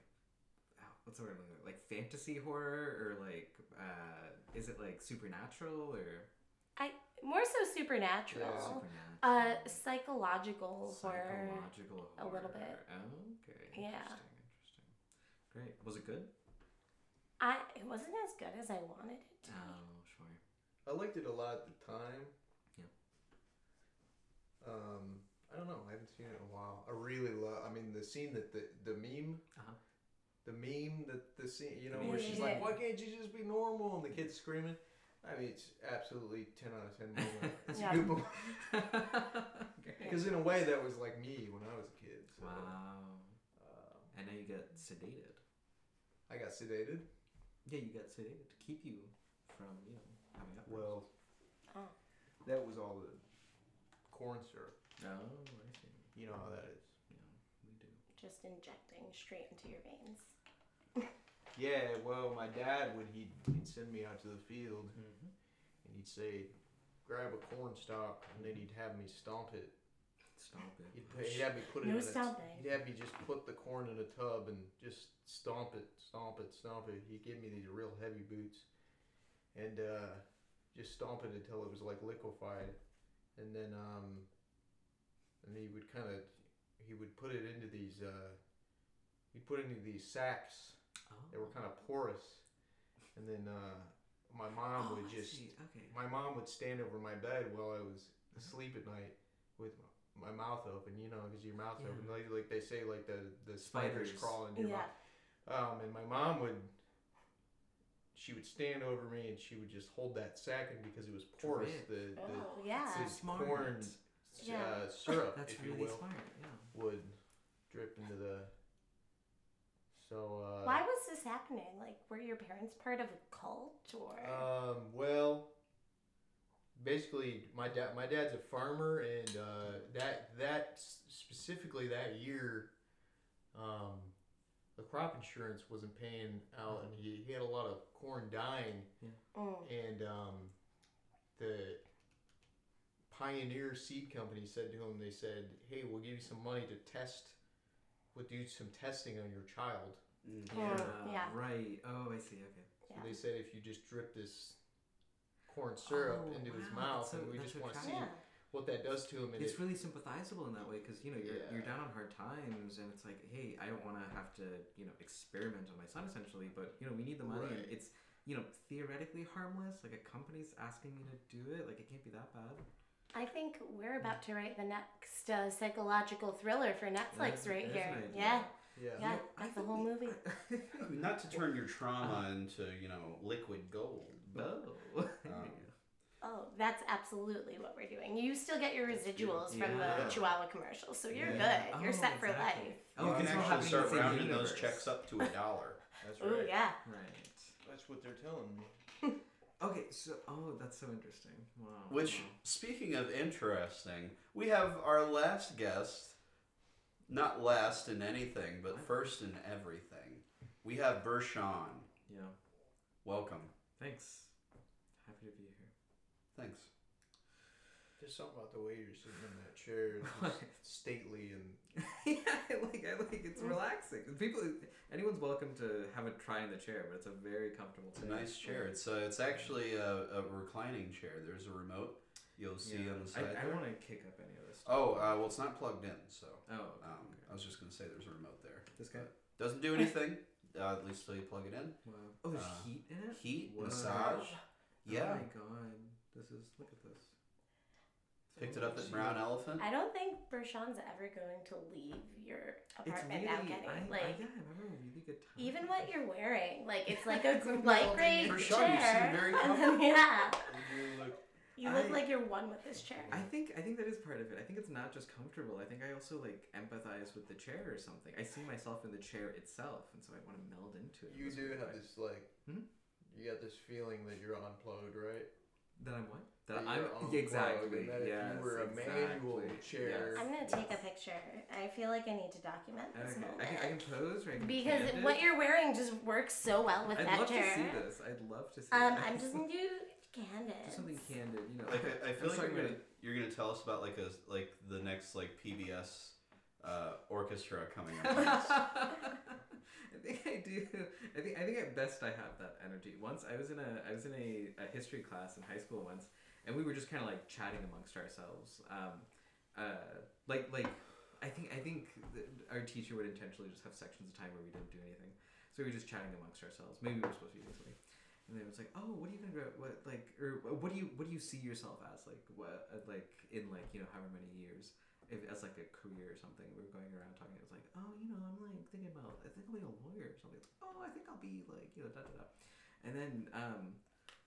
S2: oh, what's the word I'm looking for? like fantasy horror or like uh is it like supernatural or
S3: More so supernatural.
S4: Yeah.
S2: supernatural
S3: Uh, psychological horror.
S2: psychological
S3: a little bit.
S2: horror. Oh, okay.
S3: Yeah.
S2: Interesting. Interesting. Great. Was it good?
S3: I it wasn't as good as I wanted it to.
S2: Oh,
S3: be.
S4: Uh-huh.
S2: sure.
S4: I liked it a lot at the time.
S2: Yeah.
S4: Um, I don't know. I haven't seen it in a while. I really love. I mean, the scene that the the meme.
S2: Uh-huh.
S4: The meme that the scene, you know,
S2: Yeah,
S4: where
S2: yeah,
S4: she's
S3: yeah.
S4: like, "Why can't you just be normal?" and the kid's screaming. I mean, it's absolutely ten out of ten. Movie. It's
S3: Yeah.
S4: a good movie.
S2: Great.
S4: Because in a way, that was like me when I was a kid. So,
S2: Wow.
S4: um,
S2: And now you get sedated.
S4: I got sedated.
S2: Yeah, you got sedated to keep you from, you know, having up.
S4: Well,
S3: Oh.
S4: that was all the corn syrup.
S2: Oh, I see.
S4: You know how that is.
S2: We do.
S3: Just injecting straight into your veins.
S4: Yeah, well, my dad would he'd, he'd send me out to the field and he'd say, "Grab a corn stalk," and then he'd have me stomp it
S2: Stomp it.
S4: He'd, put, he'd have me put it
S3: No
S4: in a
S3: stomping.
S4: He'd have me just put the corn in a tub and just stomp it, stomp it, stomp it. He gave me these real heavy boots, and uh, just stomp it until it was like liquefied, and then um, and he would kind of he would put it into these uh, he'd put it into these sacks
S2: Oh.
S4: that were kind of porous, and then uh, my mom
S2: Oh,
S4: would
S2: I
S4: just
S2: see. Okay.
S4: my mom would stand over my bed while I was asleep at night with my mouth open, you know, because your mouth's
S2: Yeah.
S4: open. Like, like they say, like the, the spiders,
S2: Spiders.
S4: crawl into your
S3: Yeah.
S4: mouth. Um, and my mom would, she would stand over me and she would just hold that sack, and because it was porous,
S2: Drip.
S4: the, the
S3: Oh, yeah.
S4: so
S2: So
S4: it's
S2: smart.
S4: corn,
S3: Yeah.
S4: uh, syrup,
S2: That's
S4: if you
S2: really
S4: will,
S2: smart. Yeah.
S4: would drip into the. So. Uh,
S3: Why was this happening? Like, were your parents part of a cult or?
S4: Um, well, basically, my dad my dad's a farmer, and uh, that that s- specifically that year, um, the crop insurance wasn't paying out, and he, he had a lot of corn dying,
S3: Mm.
S4: and um, the Pioneer Seed Company said to him, they said, "Hey, we'll give you some money to test, we'll do some testing on your child."
S1: Mm.
S3: Yeah. Yeah.
S2: Right. Oh, I see. Okay.
S4: So
S3: Yeah.
S4: they said if you just drip this corn syrup
S2: Oh,
S4: into his
S2: wow,
S4: mouth,
S2: that's so-
S4: and we
S2: that's
S4: just
S2: so
S4: want to see
S2: tragic.
S3: Yeah.
S4: what that does to him. And
S2: It's
S4: it-
S2: really sympathizable in that way because you know you're
S4: Yeah.
S2: you're down on hard times and it's like, hey, I don't want to have to you know experiment on my son essentially, but you know we need the money and
S4: Right.
S2: it's you know theoretically harmless. Like a company's asking me to do it, like it can't be that bad.
S3: I think we're about to write the next uh, psychological thriller for Netflix
S2: That's-
S3: right
S2: that's
S3: here.
S2: an idea.
S3: Yeah.
S4: yeah.
S3: Yeah,
S2: You know, I
S3: that's the
S2: think
S3: whole
S2: we-
S3: movie.
S1: Not to turn your trauma into, you know, liquid gold.
S2: oh.
S1: Um,
S3: Oh, that's absolutely what we're doing. You still get your residuals from
S2: Yeah.
S3: the Chihuahua commercial, so you're
S2: Yeah.
S3: good. You're
S2: Oh,
S3: set for
S2: exactly.
S3: life.
S2: Oh,
S1: you
S2: because
S1: can
S2: it's all
S1: actually
S2: happening
S1: start
S2: within the
S1: rounding those
S2: universe.
S1: checks up to a dollar.
S4: That's
S3: Oh
S4: right.
S3: yeah.
S2: Right.
S4: That's what they're telling me.
S2: Okay. So, oh, that's so interesting. Wow.
S1: Which,
S2: wow.
S1: speaking of interesting, we have our last guest, not last in anything, but first in everything. We have Bershon.
S2: Yeah.
S1: Welcome.
S2: Thanks. Happy to be here.
S1: Thanks.
S4: There's something about the way you're sitting in that chair. It's
S2: Right.
S4: just stately and
S2: yeah, I like I like it's relaxing. People, anyone's welcome to have a try in the chair, but it's a very comfortable
S1: It's
S2: chair.
S1: a nice chair. It's uh, it's actually a, a reclining chair. There's a remote you'll see
S2: Yeah.
S1: on the side.
S2: I, I
S1: there.
S2: don't want to kick up any of this. Stuff.
S1: Oh, uh, well, it's not plugged in, so
S2: Oh. Okay.
S1: um, uh, I was just gonna say there's a remote there.
S2: This guy?
S1: doesn't do anything. Uh, at least till you plug it in.
S2: Wow. Oh, there's
S1: Uh,
S2: heat in it.
S1: Heat,
S2: Wow.
S1: massage.
S2: Oh
S1: Yeah,
S2: my god. This is look at this.
S1: picked it up
S2: Jeez.
S1: at Brown Elephant.
S3: I don't think Bershon's ever going to leave your
S2: It's
S3: apartment
S2: really.
S3: without
S2: I,
S3: getting
S2: I,
S3: like
S2: yeah, I remember a really good time.
S3: even what you're wearing. Like it's like a
S2: It's like
S3: light
S2: melting.
S3: gray
S1: Bershon, you seem
S3: chair.
S1: very
S3: and then, yeah,
S4: you do look.
S3: you look
S2: I-
S3: like you're one with this chair.
S2: I think I think that is part of it. I think it's not just comfortable. I think I also like empathize with the chair or something. I see myself in the chair itself, and so I want to meld into it. in
S4: You
S2: this
S4: do
S2: weird
S4: have
S2: way.
S4: this like.
S2: Hmm?
S4: You got this feeling that you're unplugged, right?
S2: That I'm what? That
S4: That
S2: I'm
S4: you're unplugged,
S2: exactly.
S4: and that if you
S2: yes,
S4: were a manual
S2: exactly.
S4: chair-
S2: Yes.
S3: I'm gonna take a picture. I feel like I need to document this
S2: Okay,
S3: moment
S2: I can, I can pose or I can
S3: because
S2: pan
S3: what
S2: it.
S3: you're wearing just works so well with
S2: I'd
S3: that
S2: love
S3: chair.
S2: to see this. I'd love to see.
S3: Um,
S2: this.
S3: I'm just gonna do candid.
S2: Just something candid, you know.
S1: Like I, I feel
S2: I'm
S1: like
S2: sorry,
S1: you're gonna
S2: but-
S1: you're gonna tell us about like a like the next like PBS uh, orchestra coming up. next.
S2: I think I do. I think I think at best I have that energy. Once I was in a I was in a, a history class in high school once, and we were just kind of like chatting amongst ourselves. Um, uh, like like I think I think th our teacher would intentionally just have sections of time where we didn't do anything, so we were just chatting amongst ourselves. Maybe we were supposed to be this way. And then it was like, oh, what are you gonna grow? What like, or what do you what do you see yourself as like what uh, like in like you know however many years if, as like a career or something. We were going around talking. It was like, oh, you know, I'm like thinking about, I think I'll be a lawyer or something. It's like, oh, I think I'll be like, you know, da da da. And then um,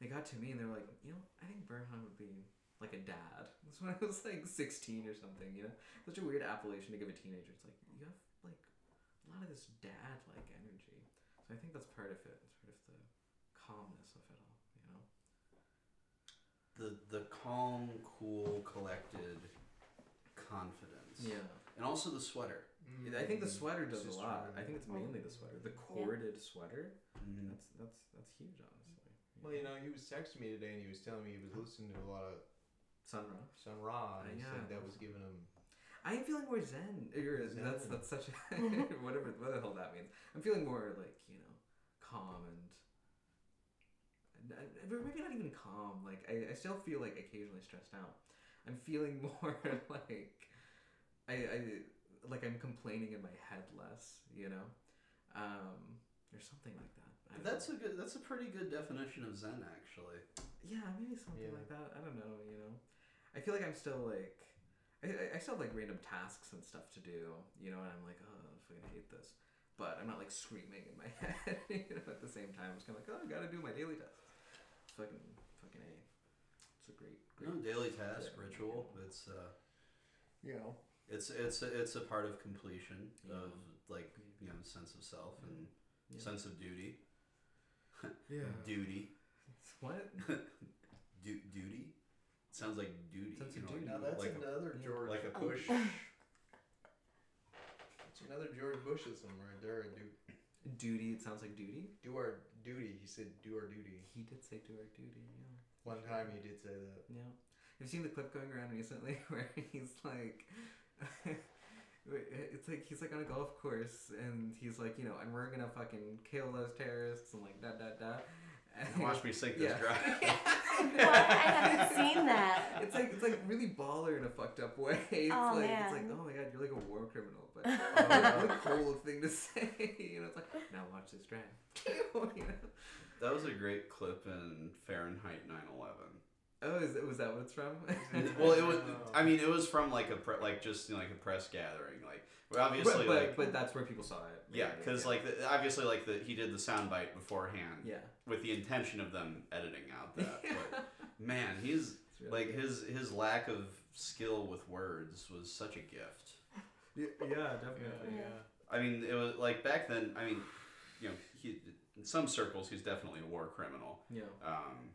S2: they got to me and they were like, you know, I think Bernhard would be like a dad. That's when I was like 16 or something. You know, such a weird appellation to give a teenager. It's like you have like a lot of this dad like energy. So I think that's part of it. Sort of the calmness of it all. You know.
S1: the the calm, cool, collected confidence.
S2: Yeah.
S1: And also the sweater.
S2: Yeah, I think the
S4: Mm.
S2: sweater does a
S4: Mm-hmm. Sister
S2: lot. I
S4: Mary.
S2: think it's mainly the sweater, the corded sweater. That's that's that's huge, honestly.
S4: Well, you know, he was texting me today, and he was telling me he was listening to a lot of
S2: Sun Ra.
S4: Sun Ra, and
S2: Uh,
S4: he
S2: yeah.
S4: said that was giving him
S2: I am feeling more zen. Or that's that's such a whatever what the hell that means. I'm feeling more like you know calm and, and, and or maybe not even calm. Like I, I still feel like occasionally stressed out. I'm feeling more like I, I like I'm complaining in my head less. You know, um, or something like that. I don't
S1: That's a good. That's a pretty good definition of Zen, actually.
S2: yeah, maybe something
S4: Yeah.
S2: like that. I don't know, you know. I feel like I'm still like, I, I- I still have like random tasks and stuff to do, you know, and I'm like, oh, I fucking hate this. But I'm not like screaming in my head, you know, at the same time. I'm just kind of like, oh, I gotta do my daily tasks. It's fucking, fucking A. It's a great,
S1: No
S2: great.
S1: daily task
S2: Yeah.
S1: ritual. It's uh,
S4: You know.
S1: it's it's a, it's a part of completion of like you know sense of self and
S2: Yeah.
S1: sense of duty.
S4: Yeah.
S1: Duty.
S2: What?
S1: Du- duty. It sounds like duty.
S2: Sense
S1: you
S2: of
S1: know,
S2: duty.
S4: Now
S1: Like,
S4: that's
S1: like,
S4: another
S2: yeah,
S1: a,
S4: George.
S1: like a push.
S4: It's another George Bushism right there. Do
S2: Duty. It sounds like duty.
S4: do our duty. He said, "Do our duty."
S2: He did say do our duty. Yeah.
S4: One time he did say that.
S2: Yeah. Have you seen the clip going around recently where he's like, it's like he's like on a golf course and he's like, you know, and we're gonna fucking kill those terrorists and like da da da. And
S1: Watch me sink this
S2: Yeah.
S1: drive.
S3: What? I haven't seen that.
S2: It's like it's like really baller in a fucked up way. It's
S3: Oh,
S2: like it's like
S3: man.
S2: oh my god, you're like a war criminal, but
S4: Oh,
S2: what a cold thing to say. You know, it's like now watch this drive. You know?
S1: that was a great clip in Fahrenheit 9/11.
S2: Oh, is that, was that what it's from?
S4: It's-
S1: well, it was.
S4: Oh.
S1: I mean, it was from like a pre- like just you know, like a press gathering. Like well, obviously,
S2: but, but,
S1: like
S2: but that's where people saw it.
S1: yeah, because like the, obviously, like the he did the soundbite beforehand
S2: yeah,
S1: with the intention of them editing out
S2: yeah.
S1: that. But man, he's
S2: It's really
S1: like
S2: good.
S1: his his lack of skill with words was such a gift.
S2: Yeah, yeah,
S4: Yeah.
S2: definitely.
S4: yeah.
S1: I mean, it was like back then. I mean, you know, he in some circles he's definitely a war criminal.
S2: Yeah.
S1: Um,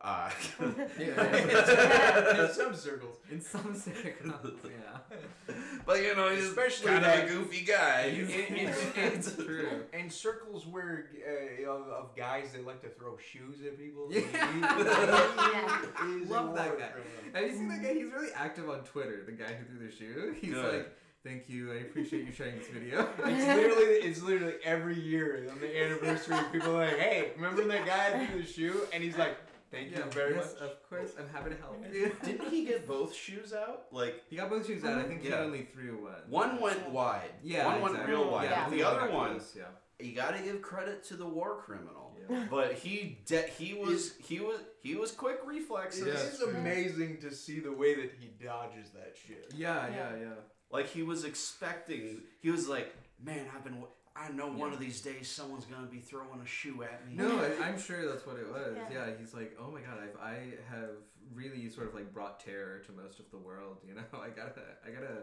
S1: uh,
S4: In some circles.
S2: In some circles, yeah.
S1: But you know, he's
S4: Especially
S1: kind
S4: that-
S1: of a goofy guy.
S4: It- it-
S2: it's true.
S4: And circles where uh, of, of guys that like to throw shoes at people.
S2: Yeah.
S4: He is a
S2: Love that
S4: war
S2: guy.
S4: criminal.
S2: Have you seen that guy? He's really active on Twitter, the guy who threw the shoe. He's
S1: Good.
S2: like, thank you, I appreciate you sharing this video.
S4: It's literally it's literally every year on the anniversary people are like, hey, remember that guy threw the shoe? And he's like, thank you
S2: yeah,
S4: very
S2: yes,
S4: much.
S2: of course, I'm happy to help you.
S1: Didn't he get both shoes out? Like
S2: He got both shoes out, I think
S1: Yeah.
S2: he only threw one.
S1: one went wide.
S2: Yeah,
S1: One went
S2: exactly.
S1: real wide.
S2: Yeah,
S1: but
S2: I
S1: The
S2: think
S1: other
S2: got
S1: one,
S2: close, yeah.
S1: you got to give credit to the war criminal.
S2: yeah.
S1: But he de- he was he was he was quick reflexes.
S4: It is
S2: Yes.
S4: amazing to see the way that he dodges that shit.
S2: Yeah, yeah,
S3: Yeah.
S2: yeah.
S1: Like he was expecting. He was like, "Man, I've been. wa- I know one of these days someone's gonna be throwing a shoe at me."
S2: No, I, I'm sure that's what it was. Yeah.
S3: Yeah.
S2: he's like, oh my god, I've, I have really sort of like brought terror to most of the world. You know, I gotta, I gotta,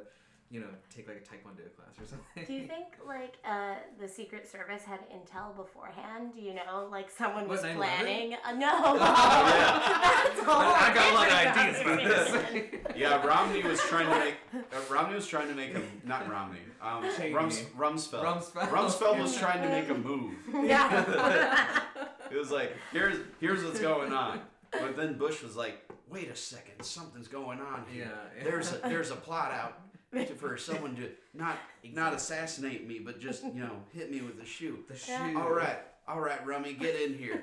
S2: you know, take like a taekwondo class or something.
S3: Do you think like uh, the Secret Service had intel beforehand? You know, like someone was
S2: What, 9/11?
S3: planning. Uh, no,
S1: yeah.
S3: that's a whole
S2: Oh, I got a lot of
S3: different
S2: ideas about this.
S3: conversation.
S1: Yeah, Romney was trying to make. Uh, Romney was trying to make a not Romney. Um,
S2: Cheney.
S1: Rums, Rumsfeld.
S2: Rumsfeld.
S1: Rumsfeld was trying to make a move.
S3: yeah.
S1: It was like, here's here's what's going on. But then Bush was like, wait a second, something's going on here.
S2: Yeah, yeah.
S1: There's a there's a plot out to- for someone to not not assassinate me, but just you know hit me with a shoe.
S2: the shoe.
S3: Yeah.
S1: All right, all right, Rummy, get in here.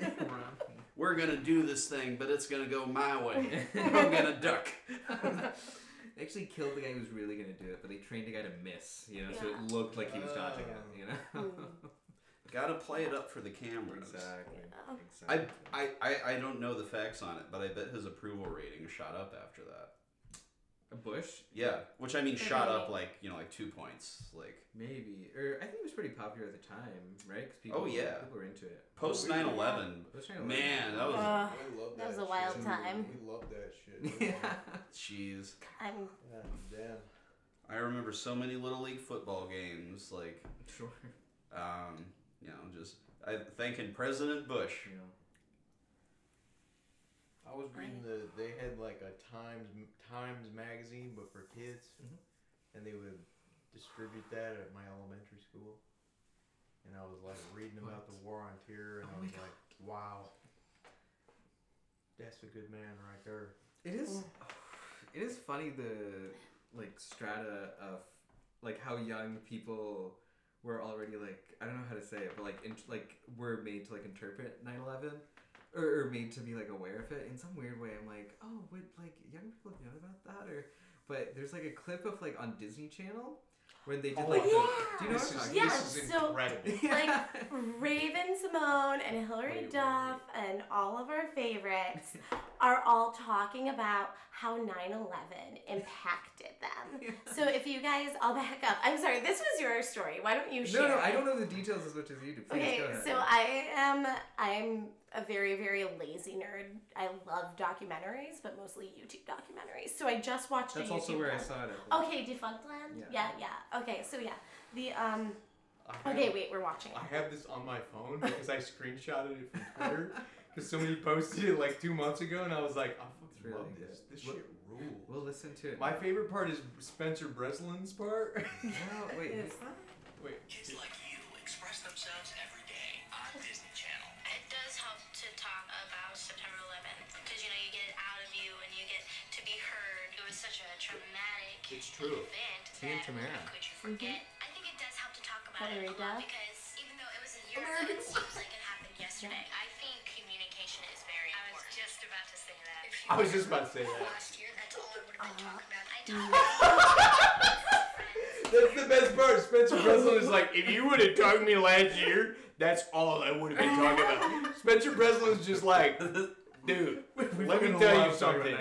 S1: We're gonna do this thing, but it's gonna go my way. I'm gonna duck.
S2: They actually killed the guy who was really gonna do it, but they trained a guy to miss. You know, so
S3: Yeah.
S2: it looked like he was dodging
S1: Oh.
S2: it. You know.
S1: Gotta play it up for the cameras.
S2: exactly.
S3: Hmm. Yeah.
S1: I, I, I, I don't know the facts on it, but I bet his approval rating shot up after that.
S2: A bush.
S1: Yeah, which I mean,
S3: For
S1: shot up
S3: dating.
S1: like you know, like two points. Like
S2: Maybe, or I think it was pretty popular at the time, right? 'Cause people,
S1: Oh, yeah.
S2: people were into it.
S1: post
S4: Oh, yeah.
S1: 9 11,
S2: Post 9/11.
S1: man, that was
S3: Uh,
S4: We love
S3: that was a wild
S4: shit.
S3: time.
S4: We love that shit.
S2: yeah.
S1: jeez.
S3: I'm
S4: God damn.
S1: I remember so many little league football games, like
S2: Sure.
S1: um, you know, just I thanking President Bush.
S2: You know.
S4: I was reading the they had like a Times Times magazine, but for kids,
S2: Mhm.
S4: and they would distribute that at my elementary school. And I was like reading about the war on terror, and
S2: Oh
S4: I
S2: my
S4: was like, wow, that's a good man right there.
S2: oh, It is. It is funny the like strata of like how young people were already like I don't know how to say it, but like in, like were made to like interpret 9/11 or, or made to be like aware of it in some weird way. I'm like, oh, would like young people have known about that or? But there's like a clip of like on Disney Channel when they did
S4: Oh,
S2: like
S3: yeah.
S2: the, do you know
S4: this
S2: what
S4: is,
S2: I'm
S3: Yeah,
S4: this is
S3: so-
S4: incredible.
S2: talking
S3: like
S2: Yeah.
S3: Raven Simone and Hilary
S4: Wait, wait,
S3: Duff and all of our favorites are all talking about how 9/11 impacted them.
S2: Yeah.
S3: So if you guys, I'll back up. I'm sorry, this was your story. Why don't you share?
S2: No, no, I
S3: it?
S2: don't know the details as much as you do. Please
S3: Okay,
S2: go ahead.
S3: so I am I'm a very very lazy nerd. I love documentaries, but mostly YouTube documentaries. So I just watched.
S2: That's
S3: a YouTube
S2: also where I
S3: one.
S2: saw it. I think.
S3: Okay, Defunct Land.
S2: Yeah.
S3: Yeah. yeah, Okay, so yeah, the um.
S4: I have-
S3: Okay, wait, we're watching.
S4: I have this on my phone because I screenshotted it from Twitter because somebody posted it like two months ago, and I was like, I
S2: It's
S4: fucking
S2: really
S4: love
S2: good.
S4: this. This
S2: Well-
S4: shit rules.
S2: We'll listen to it.
S4: My favorite part is Spencer Breslin's part.
S2: no, wait.
S3: Yes.
S2: who's that?
S4: Wait,
S5: Kids like you express themselves every day on Disney Channel.
S6: It does help to talk about September 11th because you know you get it out of you and you get to be heard. It was such a traumatic
S4: it's true.
S6: event
S2: See you
S6: that
S2: tomorrow.
S6: how could you forget? I think it does help to talk about it a
S3: Florida.
S6: lot because even though it was a year ago, it seems like it happened yesterday. I think communication is very important. I was just about to
S4: I was just about to say
S6: say that. If you
S4: that.
S6: last year, that's all I would have been talking about. I
S4: That's the best part. Spencer Breslin is like, if you would have talked to me last year, that's all I would have been talking about. Spencer Breslin's just like, dude, let me tell you something.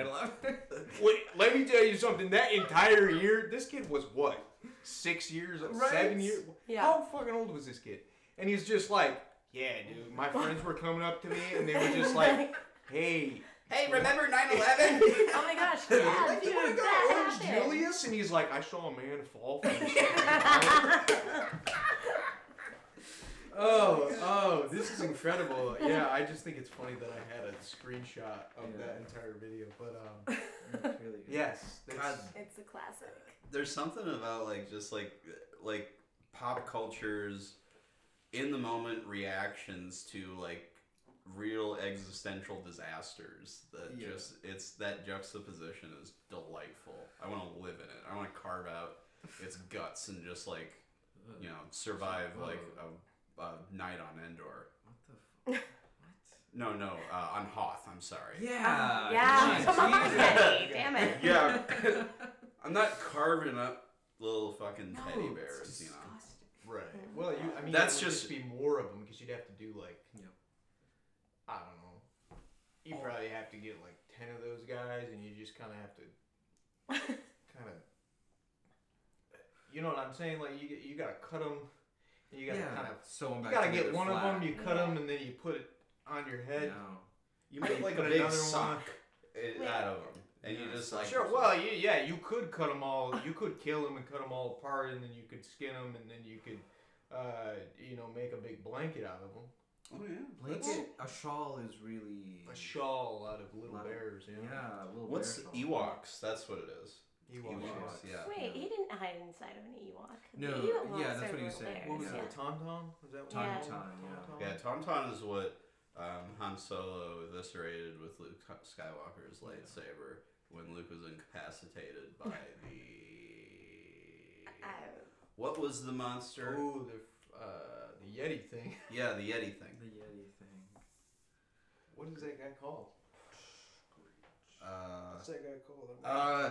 S4: Wait, let me tell you something. That entire year, this kid was what, six years, old,
S2: Right.
S4: seven years?
S3: Yeah.
S2: Oh.
S4: How fucking old was this kid? And he's just like, yeah, dude. My friends were coming up to me, and they were just like, hey,
S2: Hey, remember 9/11?
S3: Oh my gosh! Yeah,
S4: like, oh
S3: dude,
S4: you wanna go
S3: that
S4: Orange
S3: happened.
S4: Julius? And he's like, I saw a man fall from the Oh, oh, this is incredible. Yeah, I just think it's funny that I had a screenshot of
S2: Yeah.
S4: that entire video. But um,
S2: It's really good.
S4: yes, that's,
S1: God.
S3: It's a classic.
S1: There's something about like just like like pop culture's in the moment reactions to like real existential disasters that
S2: Yeah.
S1: just it's that juxtaposition is delightful. I want to live in it. I want to carve out its guts and just like you know survive like a, a night on Endor.
S2: What the fuck?
S1: No, no, uh, on Hoth. I'm sorry.
S2: Yeah.
S3: Oh, yeah.
S2: Uh, come on,
S3: Come on,
S2: Jesus.
S3: Kenny. Damn it.
S1: Yeah, I'm not carving up little fucking
S2: No,
S1: teddy
S2: it's
S1: bears, you know.
S2: disgusting.
S1: Right.
S4: well, you. I mean,
S1: That's
S4: there would
S1: just-
S4: be more of them because you'd have to do like,
S2: Yeah.
S4: I don't know. You probably have to get like ten of those guys, and you just kind of have to, kind of. You know what I'm saying? Like you, you gotta cut them. You gotta
S2: yeah.
S4: kind of.
S2: so I'm
S4: You
S2: back
S4: gotta
S2: together
S4: get one
S2: flat.
S4: of them. You cut them, and then you put it on your head.
S2: No.
S1: You
S4: Or
S1: make
S4: you
S1: like a
S4: put
S1: big
S4: another
S1: sock
S3: Wait.
S1: i- out of them, and you
S2: Yeah.
S1: just like
S4: Sure. Well, you, yeah, you could cut them all. You could kill them and cut them all apart, and then you could skin them, and then you could, uh, you know, make a big blanket out of them.
S1: Oh yeah. That's-
S2: Blanket, a shawl is really.
S4: A shawl out of little
S2: Lot of-
S4: bears. You
S2: Yeah.
S4: know?
S2: a little
S1: What's
S2: bear shawl.
S1: Ewoks? That's what it is.
S4: Ewoks.
S2: Ewoks.
S1: Yeah.
S3: Wait,
S2: Yeah.
S3: he didn't hide inside of an Ewok.
S2: No,
S3: The Ewoks
S2: yeah,
S3: are
S2: that's what he was
S3: little
S2: saying.
S4: What was
S3: bears,
S4: it?
S2: Yeah.
S4: A tauntaun? Was that
S3: Yeah.
S4: what? it was?
S2: Tauntaun, yeah.
S4: Tauntaun?
S1: Yeah, Tauntaun is what um, Han Solo eviscerated with Luke Skywalker's lightsaber when Luke was incapacitated by the.
S3: Uh,
S1: What was the monster?
S4: Ooh, the uh, the Yeti thing.
S1: Yeah, the Yeti thing.
S2: The Yeti thing.
S4: What is that guy called?
S1: Uh,
S4: What's that guy called?
S1: Uh,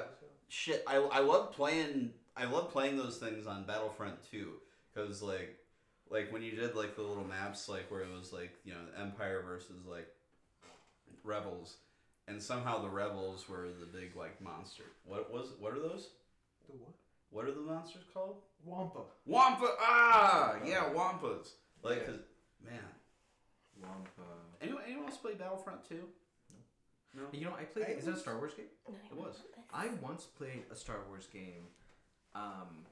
S1: shit I, I love playing i love playing those things on battlefront 2 because like like when you did like the little maps like where it was like you know empire versus like rebels and somehow the rebels were the big like monster what was what are those
S4: the what?
S1: what are the monsters called
S4: Wampa.
S1: wampa ah yeah wampas like 'cause- man
S2: Wampa.
S1: anyone, anyone else play battlefront 2 no
S2: You know, I played.
S4: I
S2: is that a
S4: was-
S2: Star Wars game?
S3: Oh, no,
S1: it was
S2: I once played a Star Wars game. Um,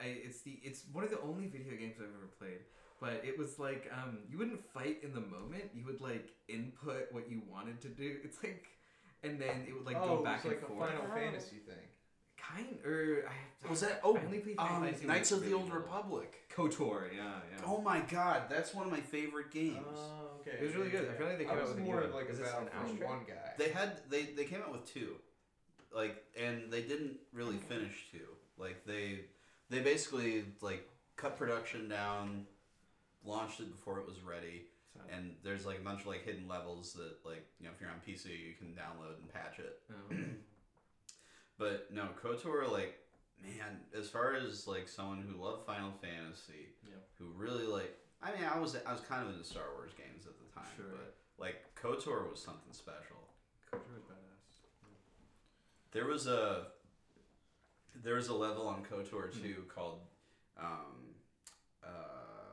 S2: I, it's the it's one of the only video games I've ever played. But it was like um, you wouldn't fight in the moment. You would like input what you wanted to do. It's like, and then it would like
S4: oh,
S2: go back
S4: it's like
S2: and
S4: a
S2: forth.
S4: Final
S3: Oh.
S4: Fantasy thing.
S2: Kind or I have to,
S1: was that oh
S2: I only played Final
S1: um,
S2: Fantasy when I
S1: knights
S2: was
S1: of the
S2: really
S1: old
S2: little.
S1: republic
S2: KOTOR, yeah, yeah.
S1: Oh my god, that's one of my favorite games.
S4: Oh, okay.
S2: It was really good. I feel like they came
S4: I
S2: out
S4: was
S2: with a
S4: more
S2: new
S4: of
S2: one.
S4: like a
S2: Is this an
S4: Battlefront
S2: asterisk?
S4: one guy.
S1: They had they they came out with two. like and they didn't really finish two. Like they they basically like cut production down, launched it before it was ready,
S2: So,
S1: and there's like a bunch of like hidden levels that like you know if you're on PC you can download and patch it.
S2: um,
S1: But no, KOTOR, like, man, as far as like someone who loved Final Fantasy,
S2: Yeah.
S1: who really like, I mean, I was I was kind of into Star Wars games at the time,
S2: Sure.
S1: but like KOTOR was something special.
S2: Culture was badass.
S1: There was a there was a level on KOTOR
S2: Mm-hmm.
S1: too called, um, uh,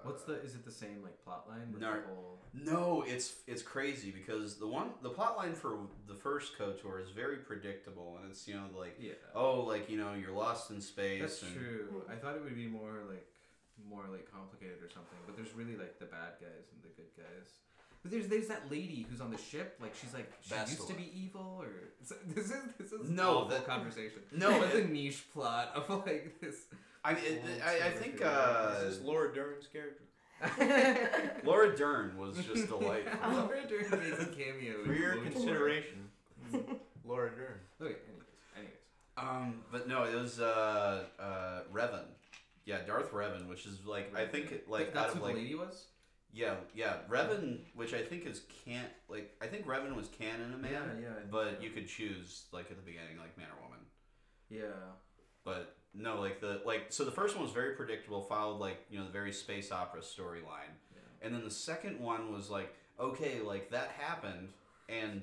S2: What's the? Is it the same like plot line? with
S1: No.
S2: the whole-
S1: No, it's it's crazy because the one the plot line for the first KOTOR is very predictable and it's you know like
S2: Yeah.
S1: oh like you know you're lost in space
S2: That's
S1: and
S2: true. I thought it would be more like more like complicated or something, but there's really like the bad guys and the good guys. But there's there's that lady who's on the ship. Like she's like she
S1: That's
S2: used
S1: the
S2: to be evil, or so this is this is
S1: No,
S2: awful
S1: that-
S2: conversation.
S1: no,
S2: that's a niche plot of like this.
S1: I mean, it,
S2: Old
S1: I, I
S2: Star
S1: think
S2: Trek.
S1: uh,
S4: This is Laura Dern's character.
S1: Laura Dern was just delightful.
S2: Laura Dern makes a cameo. in
S4: For your
S2: Blue Beetle.
S4: consideration, Laura Dern.
S2: Okay. Anyways. Anyways.
S1: um, but no, it was uh, uh, Revan. Yeah, Darth Revan, which is like I think it, like out
S2: that's
S1: of
S2: who
S1: like
S2: the lady was.
S1: yeah yeah Revan, which I think is can't like I think Revan was canon a man,
S2: Yeah, yeah, I think
S1: but
S2: so.
S1: you could choose like at the beginning like man or woman.
S2: Yeah.
S1: But no, like the like so the first one was very predictable, followed like you know the very space opera storyline, and then the second one was like okay, like that happened, and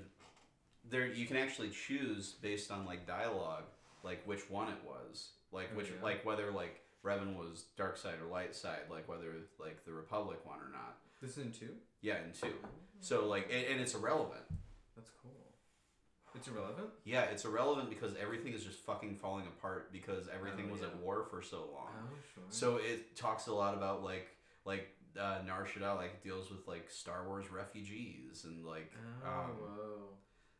S1: there you can actually choose based on like dialogue, like which one it was, like which
S2: Okay.
S1: like whether like Revan was dark side or light side, like whether like the Republic one or not.
S2: This is in two.
S1: Yeah, and two. So like and, and it's irrelevant.
S2: That's cool. It's irrelevant.
S1: Yeah, it's irrelevant because everything is just fucking falling apart because everything
S2: Oh,
S1: was
S2: yeah.
S1: at war for so long.
S2: Oh, sure.
S1: So it talks a lot about like like uh, Nar Shaddaa like deals with like Star Wars refugees and like
S2: Oh,
S1: um,
S2: whoa.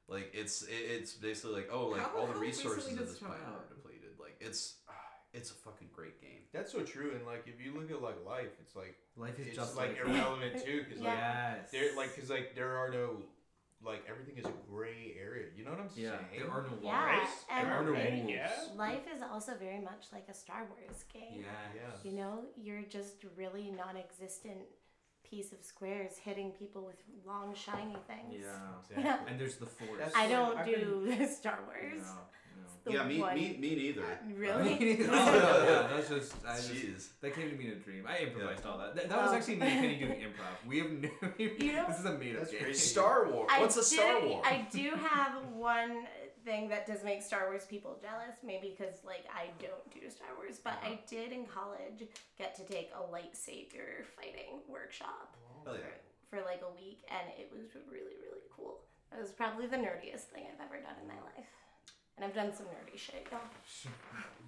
S1: like it's it, it's basically like oh like
S2: How-
S1: all the
S2: how
S1: resources
S2: recently
S1: of
S2: did
S1: this
S2: this come
S1: planet
S2: out?
S1: are depleted. Like it's ah, it's a fucking great game.
S4: That's so true. And like, if you look at like life, it's like
S2: Life is
S4: it's
S2: just
S4: like,
S2: like,
S4: irrelevant too, because like
S2: yes.
S4: there, like, because like there are no, like everything is a gray area. You know what I'm
S2: yeah,
S4: saying?
S2: there are no laws.
S3: Yeah, and-
S2: there are no
S4: Right,
S2: rules.
S4: yeah.
S3: Life is also very much like a Star Wars game.
S2: Yes.
S4: Yeah.
S3: You know, you're just really non existent piece of squares hitting people with long, shiny things.
S2: Yeah.
S4: Exactly.
S2: And there's the force.
S4: That's-
S3: I don't
S4: I've
S3: do Star Wars.
S2: No,
S3: The
S1: yeah, me,
S3: one-
S1: me me neither.
S2: no.
S3: Really?
S2: no, no, no, that's just, I just
S1: Jeez.
S2: that came to me in a dream. I improvised all that. That, that was
S3: Well.
S2: actually me and Kenny doing improv. We have no.
S3: You know-
S2: this is a made up
S4: That's
S2: game.
S4: crazy.
S1: Star Wars. What's
S3: I
S1: a Star
S3: do-
S1: Wars?
S3: I do have one thing that does make Star Wars people jealous, maybe because like I don't do Star Wars, but
S1: Uh-huh.
S3: I did in college get to take a lightsaber fighting workshop
S1: Hell Oh, yeah.
S3: for like a week, and it was really really cool. It was probably the nerdiest thing I've ever done in my life, and I've done some nerdy shit. Y'all.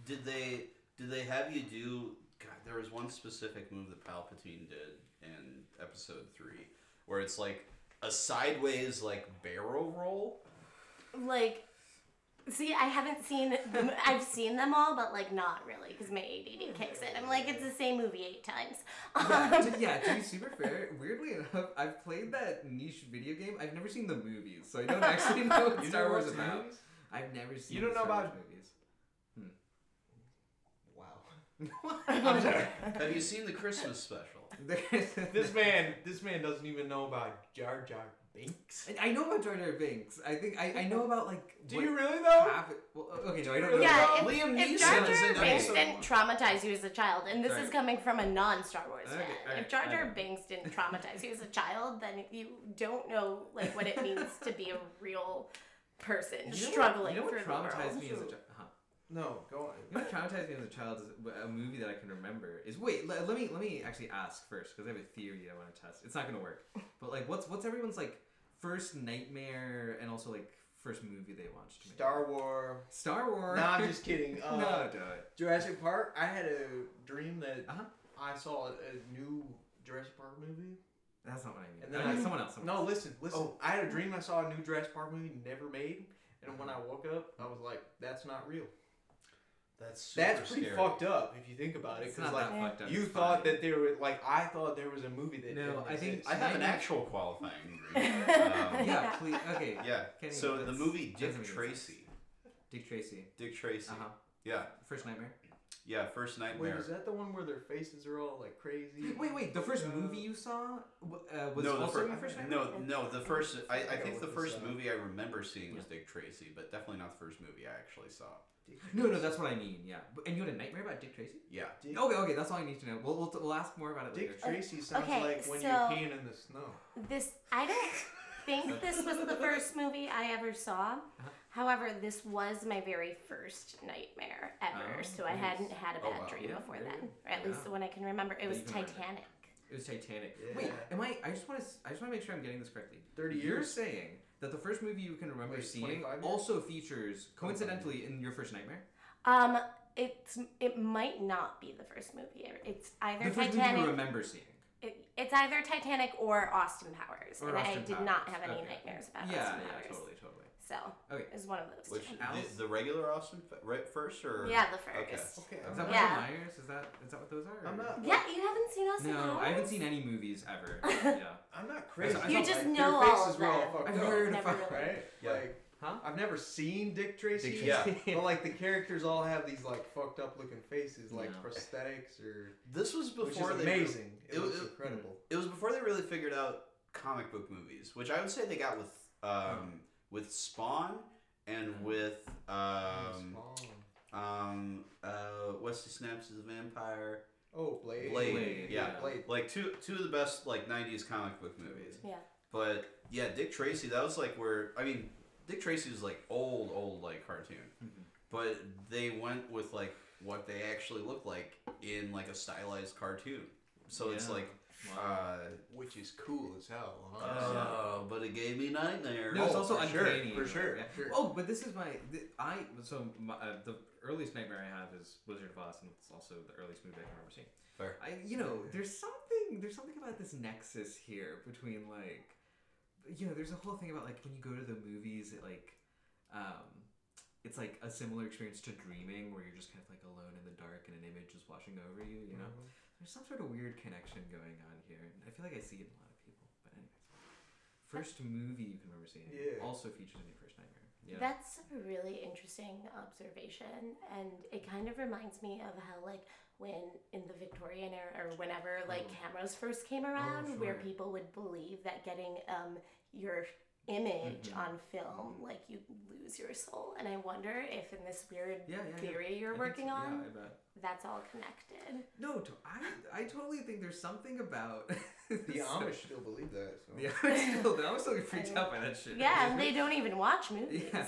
S1: Did they did they have you do? God, there was one specific move that Palpatine did in Episode Three, where it's like a sideways like barrel roll.
S3: Like. See, I haven't seen. Them. I've seen them all, but like not really, because my ADD kicks in. I'm like, it's the same movie eight times.
S2: yeah, to, yeah, to be super fair, weirdly enough, I've played that niche video game. I've never seen the movies, so I don't actually know what
S4: You
S2: Star
S4: know
S2: Wars is
S4: what's
S2: about.
S4: movies?
S2: I've never seen.
S4: don't
S2: the
S4: know
S2: Star Wars
S4: about-
S2: movies.
S4: Wow.
S2: I'm sorry.
S1: Have you seen the Christmas special?
S4: This man, this man doesn't even know about Jar Jar Binks.
S2: I know about Jar Jar Binks. I think I, I know about like.
S4: Do
S2: what
S4: you really though?
S2: happened- Well, okay, no, I don't know.
S3: Yeah,
S2: about-
S3: if-
S1: Liam
S3: If
S1: Neeson
S3: Jar
S1: is in
S3: Jar Binks
S1: episode
S3: didn't
S1: one.
S3: traumatize you as a child, and this
S2: Sorry.
S3: is coming from a non-Star Wars fan,
S2: Okay, alright,
S3: if Jar Jar
S2: alright.
S3: Binks didn't traumatize you as a child, then you don't know like what it means to be a real person
S2: You know what-
S3: struggling
S2: You know what
S3: through the
S2: traumatized
S3: world.
S2: me as a
S4: Also-
S2: child? Huh.
S4: No, go
S2: You
S4: on.
S2: know what traumatized me as a child is a movie that I can remember is wait let, let me let me actually ask first because I have a theory I want to test. It's not gonna work, but like what's what's everyone's like first nightmare and also like first movie they watched? maybe?
S4: Star Wars.
S2: Star Wars.
S4: No, I'm just kidding. Uh,
S2: no, do it.
S4: Jurassic Park. I had a dream that
S2: Uh-huh.
S4: I saw a, a new Jurassic Park movie.
S2: That's not what I mean.
S4: And then
S2: I mean
S4: I-
S2: someone else. Someone
S4: No,
S2: else.
S4: listen, listen.
S2: Oh.
S4: I had a dream I saw a new Jurassic Park movie never made, and
S2: Uh-huh.
S4: when I woke up, I was like, "That's not real."
S1: That's super
S4: That's pretty
S1: scary.
S4: fucked up if you think about it.
S2: It's
S4: Because
S2: not
S4: like
S2: that fucked up.
S4: you
S2: it's
S4: thought
S2: fine.
S4: that there were like I thought there was a movie that.
S2: No,
S4: didn't
S2: I think-
S4: exist.
S1: I have an
S2: Nightmare-
S1: actual qualifying. Agreement. Um,
S2: Yeah, please. Okay.
S1: yeah.
S2: Kenny,
S1: So the
S2: that's-
S1: movie
S2: that
S1: Dick
S2: doesn't make
S1: Tracy.
S2: Dick Tracy.
S1: Dick Tracy.
S2: Uh huh.
S1: Yeah,
S2: First Nightmare.
S1: yeah. First
S4: Wait,
S1: Nightmare.
S4: is that the one where their faces are all like crazy?
S2: Wait, wait. The first
S4: Uh,
S2: movie you saw w- uh, was
S1: no, the
S2: also
S1: first,
S2: your first Nightmare.
S1: no, no. The first, I, I
S4: gotta
S1: think the
S4: look this
S1: first
S4: up.
S1: movie I remember seeing was Dick Tracy, but definitely not the first movie I actually saw.
S4: Dick
S2: No, no,
S4: Tracy.
S2: that's what I mean. Yeah. But- And you had a nightmare about Dick Tracy?
S1: Yeah,
S4: Dick,
S2: Okay, okay. That's all I need to know. We'll we'll, we'll ask more about it later.
S4: Dick Tracy sounds
S3: okay,
S4: like when
S3: so-
S4: you're peeing in the snow.
S3: This I don't think this was the first movie I ever saw.
S2: Uh-huh.
S3: However, this was my very first nightmare ever,
S2: Oh,
S3: so I
S2: nice.
S3: hadn't had a
S1: Oh,
S3: bad
S1: wow.
S3: dream
S2: Yeah,
S3: before
S2: there you
S3: then,
S2: go.
S3: or at least
S2: Yeah.
S3: the one I can remember. It
S2: That
S3: was
S2: you can remember.
S3: Titanic.
S2: It was Titanic.
S4: Yeah.
S2: Wait, am I? I just want to. I just want to make sure I'm getting this correctly.
S4: 30
S2: You're
S4: years?
S2: saying that the first movie you can remember
S4: Wait,
S2: seeing
S4: 25 years?
S2: also features, coincidentally, in your first nightmare.
S3: Um, it's it might not be the first movie ever. It's either
S2: The first movie you
S3: Titanic.
S2: remember seeing.
S3: It, it's either Titanic or Austin Powers,
S2: Or
S3: and I
S2: Austin
S3: did not
S2: Powers.
S3: have any
S2: Okay.
S3: nightmares about
S2: yeah,
S3: Austin
S2: yeah,
S3: Powers.
S2: totally, totally.
S3: So
S2: Okay.
S3: it was one of those.
S1: which
S3: two.
S2: Alice-
S1: the, the regular Austin f- right first or
S3: Yeah, the
S1: Okay.
S3: first.
S4: Okay,
S2: Is
S4: I'm
S2: that
S4: not,
S2: Michael
S3: Yeah.
S2: Myers? Is that is that what those are?
S4: I'm
S2: or-
S4: not.
S3: Yeah, you haven't seen Austin Powers.
S2: No, I haven't seen any movies ever. yeah.
S4: I'm not crazy.
S2: I You thought,
S3: just
S4: Like,
S3: know
S4: their
S3: all
S4: faces
S3: of
S4: were all
S3: them.
S4: fucked
S2: I've
S4: up,
S2: heard
S3: Never
S2: about
S3: really.
S4: right?
S1: Yeah.
S4: Like,
S2: Huh?
S4: I've never seen Dick Tracy.
S1: Dick Tracy.
S4: but like the characters all have these like fucked up looking faces, like
S2: Yeah.
S4: prosthetics or
S1: This was
S4: which is
S1: before they re-
S4: amazing.
S1: it
S4: it was
S1: was-
S4: incredible.
S1: it was before they really figured out comic book movies, which I would say they got with um, with Spawn and with um,
S4: Spawn.
S1: um, uh, Wesley Snipes as a vampire.
S4: Oh, Blade.
S1: Blade,
S2: Blade,
S1: yeah.
S2: yeah.
S4: Blade.
S1: Like two two of the best like '90s comic book movies.
S3: Yeah.
S1: But yeah, Dick Tracy. That was like where I mean, Dick Tracy was like old, old like cartoon.
S2: Mhm.
S1: But they went with like what they actually looked like in like a stylized cartoon. So it's
S2: Yeah.
S1: like,
S2: Wow.
S1: uh,
S4: Which is cool as hell.
S1: oh,
S4: Huh?
S1: but it gave me nightmares.
S2: No, it's
S4: Oh,
S2: also
S4: for sure, for
S2: uncanny. in a way,
S4: sure,
S2: yeah.
S4: sure.
S2: Oh, but this is my th- I so my, uh, the earliest nightmare I have is Wizard of Oz, and it's also the earliest movie I can remember seeing.
S1: Fair.
S2: I you know there's something there's something about this nexus here between like you know there's a whole thing about like when you go to the movies it like um it's like a similar experience to dreaming where you're just kind of like alone in the dark and an image is washing over you you know there's some sort of weird connection going on here and I feel like I see it in a lot of people but anyways first movie you can remember seeing
S4: Yeah.
S2: also features in your first nightmare yeah
S3: That's a really interesting observation, and it kind of reminds me of how, like, when in the Victorian era or whenever, like,
S2: Oh.
S3: cameras first came around, where
S2: sure.
S3: people would believe that getting um, your image
S2: Mhm.
S3: on film, like, you lose your soul. And I wonder if in this weird
S2: Yeah, yeah, yeah.
S3: theory
S2: I
S3: you're
S2: think
S3: working
S2: so-
S3: on,
S2: yeah, I bet.
S3: that's all connected.
S2: No, to, I I totally think there's something about
S4: The Amish still believe that. So.
S2: The Amish still. The Amish still get freaked
S3: I-
S2: out by that shit.
S3: Yeah, and they don't even watch movies.
S2: Yeah.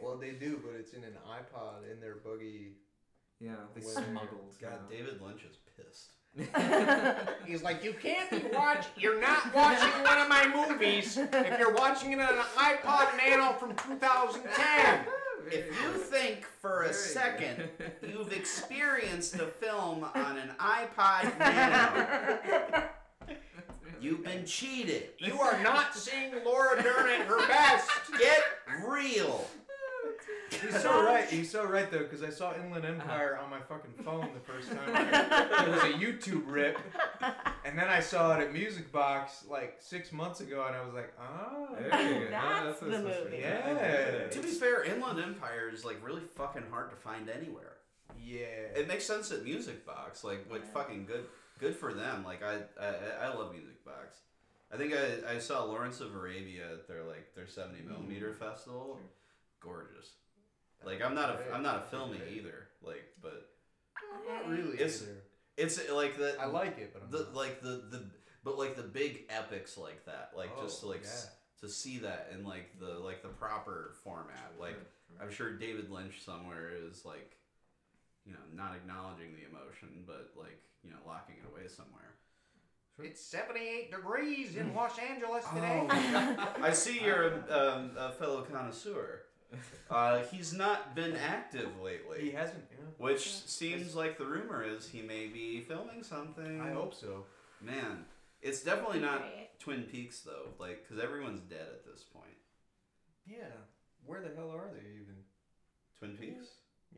S4: Well, they do, but it's in an iPod in their buggy.
S2: yeah, they
S4: Well,
S2: smuggled. uh,
S1: God,
S2: yeah.
S1: David Lynch is pissed.
S4: He's like, you can't be watching. You're not watching one of my movies if you're watching it on an iPod Nano from 2010.
S1: If you think for a
S2: Very
S1: second
S2: good.
S1: you've experienced a film on an iPod Nano, you've been cheated.
S4: You are not seeing Laura Dern at her best.
S1: Get real.
S4: He's so right. He's so right though, because I saw Inland Empire on my fucking phone the first time. I, it was a YouTube rip, and then I saw it at Music Box like six months ago, and I was like, oh,
S2: There you go.
S3: That's
S2: what it's
S3: the
S2: supposed to be.
S3: movie.
S4: Yeah.
S1: To be fair, Inland Empire is like really fucking hard to find anywhere.
S4: yeah.
S1: It makes sense at Music Box, like what fucking good, good for them. Like I, I, I love Music Box. I think I, I saw Lawrence of Arabia at their like their seventy
S4: Mm-hmm.
S1: millimeter festival.
S2: Sure.
S1: Gorgeous. Like I'm not a I'm not a filmy
S4: Great.
S1: either. Like but
S4: Not really.
S1: It's-
S4: either.
S1: it's uh, like the
S4: I like it, but I'm
S1: the
S4: not.
S1: like the the but like the big epics like that. Like just
S4: Oh,
S1: to, like s- to see that in like the like the proper format. Like I'm sure David Lynch somewhere is like, you know, not acknowledging the emotion, but like, you know, locking it away somewhere.
S4: It's 78 degrees in Los Angeles
S1: I see you're a, um, a fellow connoisseur. Uh, he's not been active
S4: Oh, he
S1: lately,
S4: hasn't. Yeah.
S1: which seems like the rumor is he may be filming something.
S4: I hope so.
S1: Man, it's definitely not
S3: Right.
S1: Twin Peaks though, like because everyone's dead at this point.
S4: Yeah. Where the hell are they even?
S1: Twin Peaks.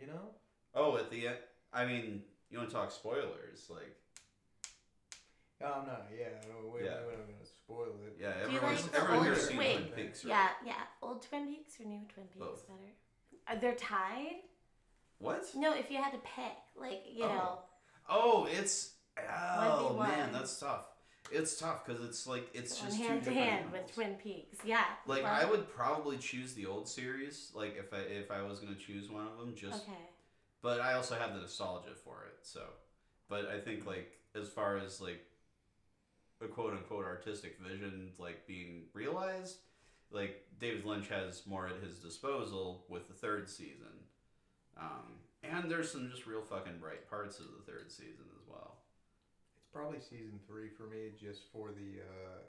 S4: You know?
S1: e, Oh, at the end. I mean, you want to talk spoilers? Like,
S4: Oh no, yeah, no, wait,
S1: Yeah.
S4: wait, wait, I'm gonna spoil it.
S1: Yeah,
S3: Do you
S1: everyone's,
S3: like the
S1: everyone
S3: old
S1: here's seen Twin
S3: Twin?
S1: Peaks. right?
S3: Yeah, yeah. Old Twin Peaks or new Twin Peaks
S1: Both.
S3: better? Uh, they're tied.
S1: What?
S3: No, if you had to pick, like you
S1: Oh.
S3: know,
S1: Oh, it's oh
S3: 1v1.
S1: man, that's tough. It's tough because it's like it's
S3: on
S1: just
S3: hand
S1: two
S3: to
S1: different
S3: hand
S1: animals.
S3: with Twin Peaks. Yeah.
S1: Like
S3: well,
S1: I would probably choose the old series, like if I if I was gonna choose one of them, just
S3: Okay.
S1: but I also have the nostalgia for it. So, but I think like as far as like a quote unquote artistic vision like being realized, like David Lynch has more at his disposal with the third season, um, and there's some just real fucking bright parts of the third season as well.
S4: It's probably season three for me, just for the uh,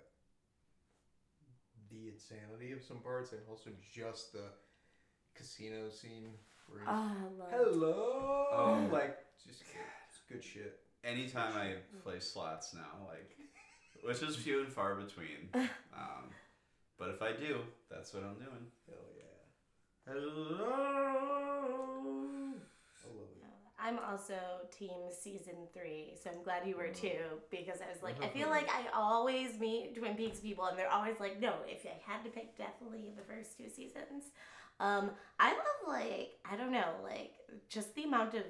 S4: the insanity of some parts, and also just the casino scene. Where he's,
S3: Oh, I love.
S4: Hello,
S1: Oh.
S4: like just it's good shit.
S1: anytime I play slots now, like, which is few and far between. Um, but if I do, that's what I'm doing.
S4: Hell yeah,
S1: Hello.
S4: I love it.
S3: I'm also team season three, so I'm glad you were
S4: Mm-hmm.
S3: too because I was like, I feel like I always meet Twin Peaks people and they're always like, no, if I had to pick definitely the first two seasons. Um, I love like I don't know like just the amount of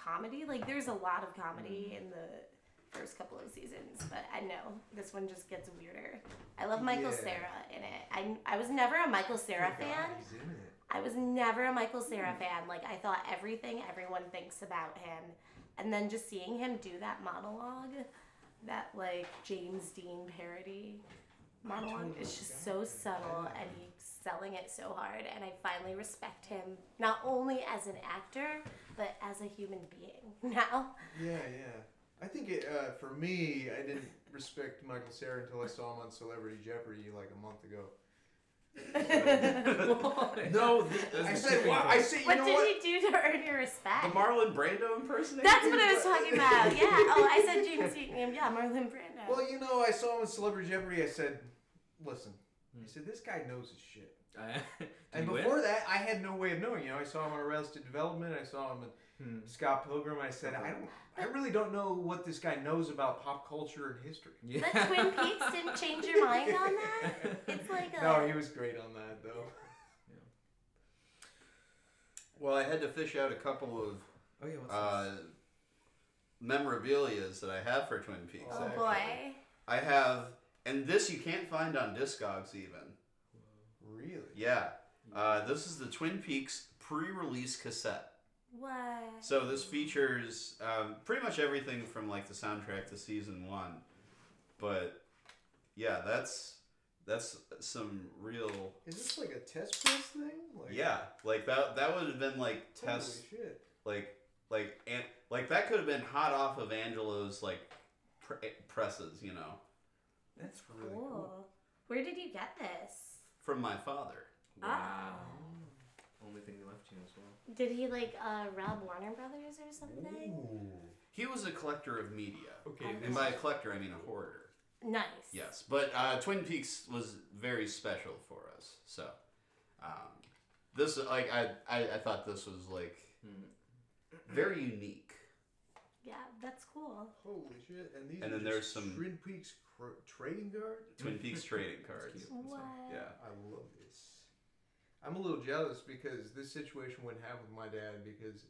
S3: comedy. Like there's a lot of comedy
S4: Mm-hmm.
S3: in the first couple of seasons, but I know this one just gets weirder. I love Michael
S4: Yeah.
S3: Sarah in it. I I was never a Michael Sarah
S4: Thank
S3: fan.
S4: God he's in it.
S3: I was never a Michael Cera
S4: Mm.
S3: fan. Like I thought everything everyone thinks about him, and then just seeing him do that monologue, that like James Dean parody monologue,
S4: totally
S3: it's just
S4: got
S3: so
S4: it.
S3: subtle, and he's selling it so hard. And I finally respect him not only as an actor but as a human being now.
S4: Yeah, yeah. I think it, uh, for me, I didn't respect Michael Cera until I saw him on Celebrity Jeopardy like a month ago.
S1: No, the,
S4: I said, wow, I said, you
S3: what
S4: know
S3: did
S4: what?
S3: he do to earn your
S1: the
S3: respect?
S1: Marlon Brando impersonation.
S3: That's what I was talking about. Yeah. Oh, I said James Dean. Yeah, Marlon Brando.
S4: Well, you know, I saw him in Celebrity Jeopardy. I said, listen,
S1: Hmm.
S4: I said, this guy knows his shit. and before that, I had no way of knowing. You know, I saw him on Arrested Development. I saw him
S2: Hmm.
S4: in Scott Pilgrim. I said, I don't, I really don't know what this guy knows about pop culture and history.
S2: Yeah.
S3: But Twin Peaks didn't change your mind on that? It's like a.
S4: No, he was great on that though.
S1: Well, I had to fish out a couple of
S2: Oh yeah, what's
S1: uh, memorabilia's that I have for Twin Peaks.
S3: oh
S1: actually.
S3: boy.
S1: I have, and this you can't find on Discogs even.
S4: Really?
S1: Yeah. Uh, this is the Twin Peaks pre-release cassette.
S3: What?
S1: So this features um, pretty much everything from like the soundtrack to season one, but yeah, that's that's some real
S4: Is this like a test press thing? Like,
S1: yeah. Like that that would have been like test
S4: Holy shit.
S1: like like and like that could have been hot off of Angelo's like pre- presses, you know,
S4: That's really cool.
S3: Cool. Where did you get this?
S1: from my father.
S2: this? Wow. Only thing they left you as well.
S3: Did he like uh, rob Warner Brothers or something?
S1: He was a collector of media,
S4: Okay,
S1: and by a collector I mean a hoarder.
S3: Nice.
S1: Yes, but uh, Twin Peaks was very special for us. So, um, this like I, I I thought this was like
S2: Hmm.
S1: very unique.
S3: Yeah, that's cool.
S4: Holy shit! And these
S1: And
S4: are
S1: then there's
S4: just
S1: some-
S4: Twin Peaks cr- trading card.
S1: Twin Peaks trading cards.
S2: That's cute.
S3: What?
S1: Yeah.
S4: I love this. I'm a little jealous because this situation wouldn't happen with my dad because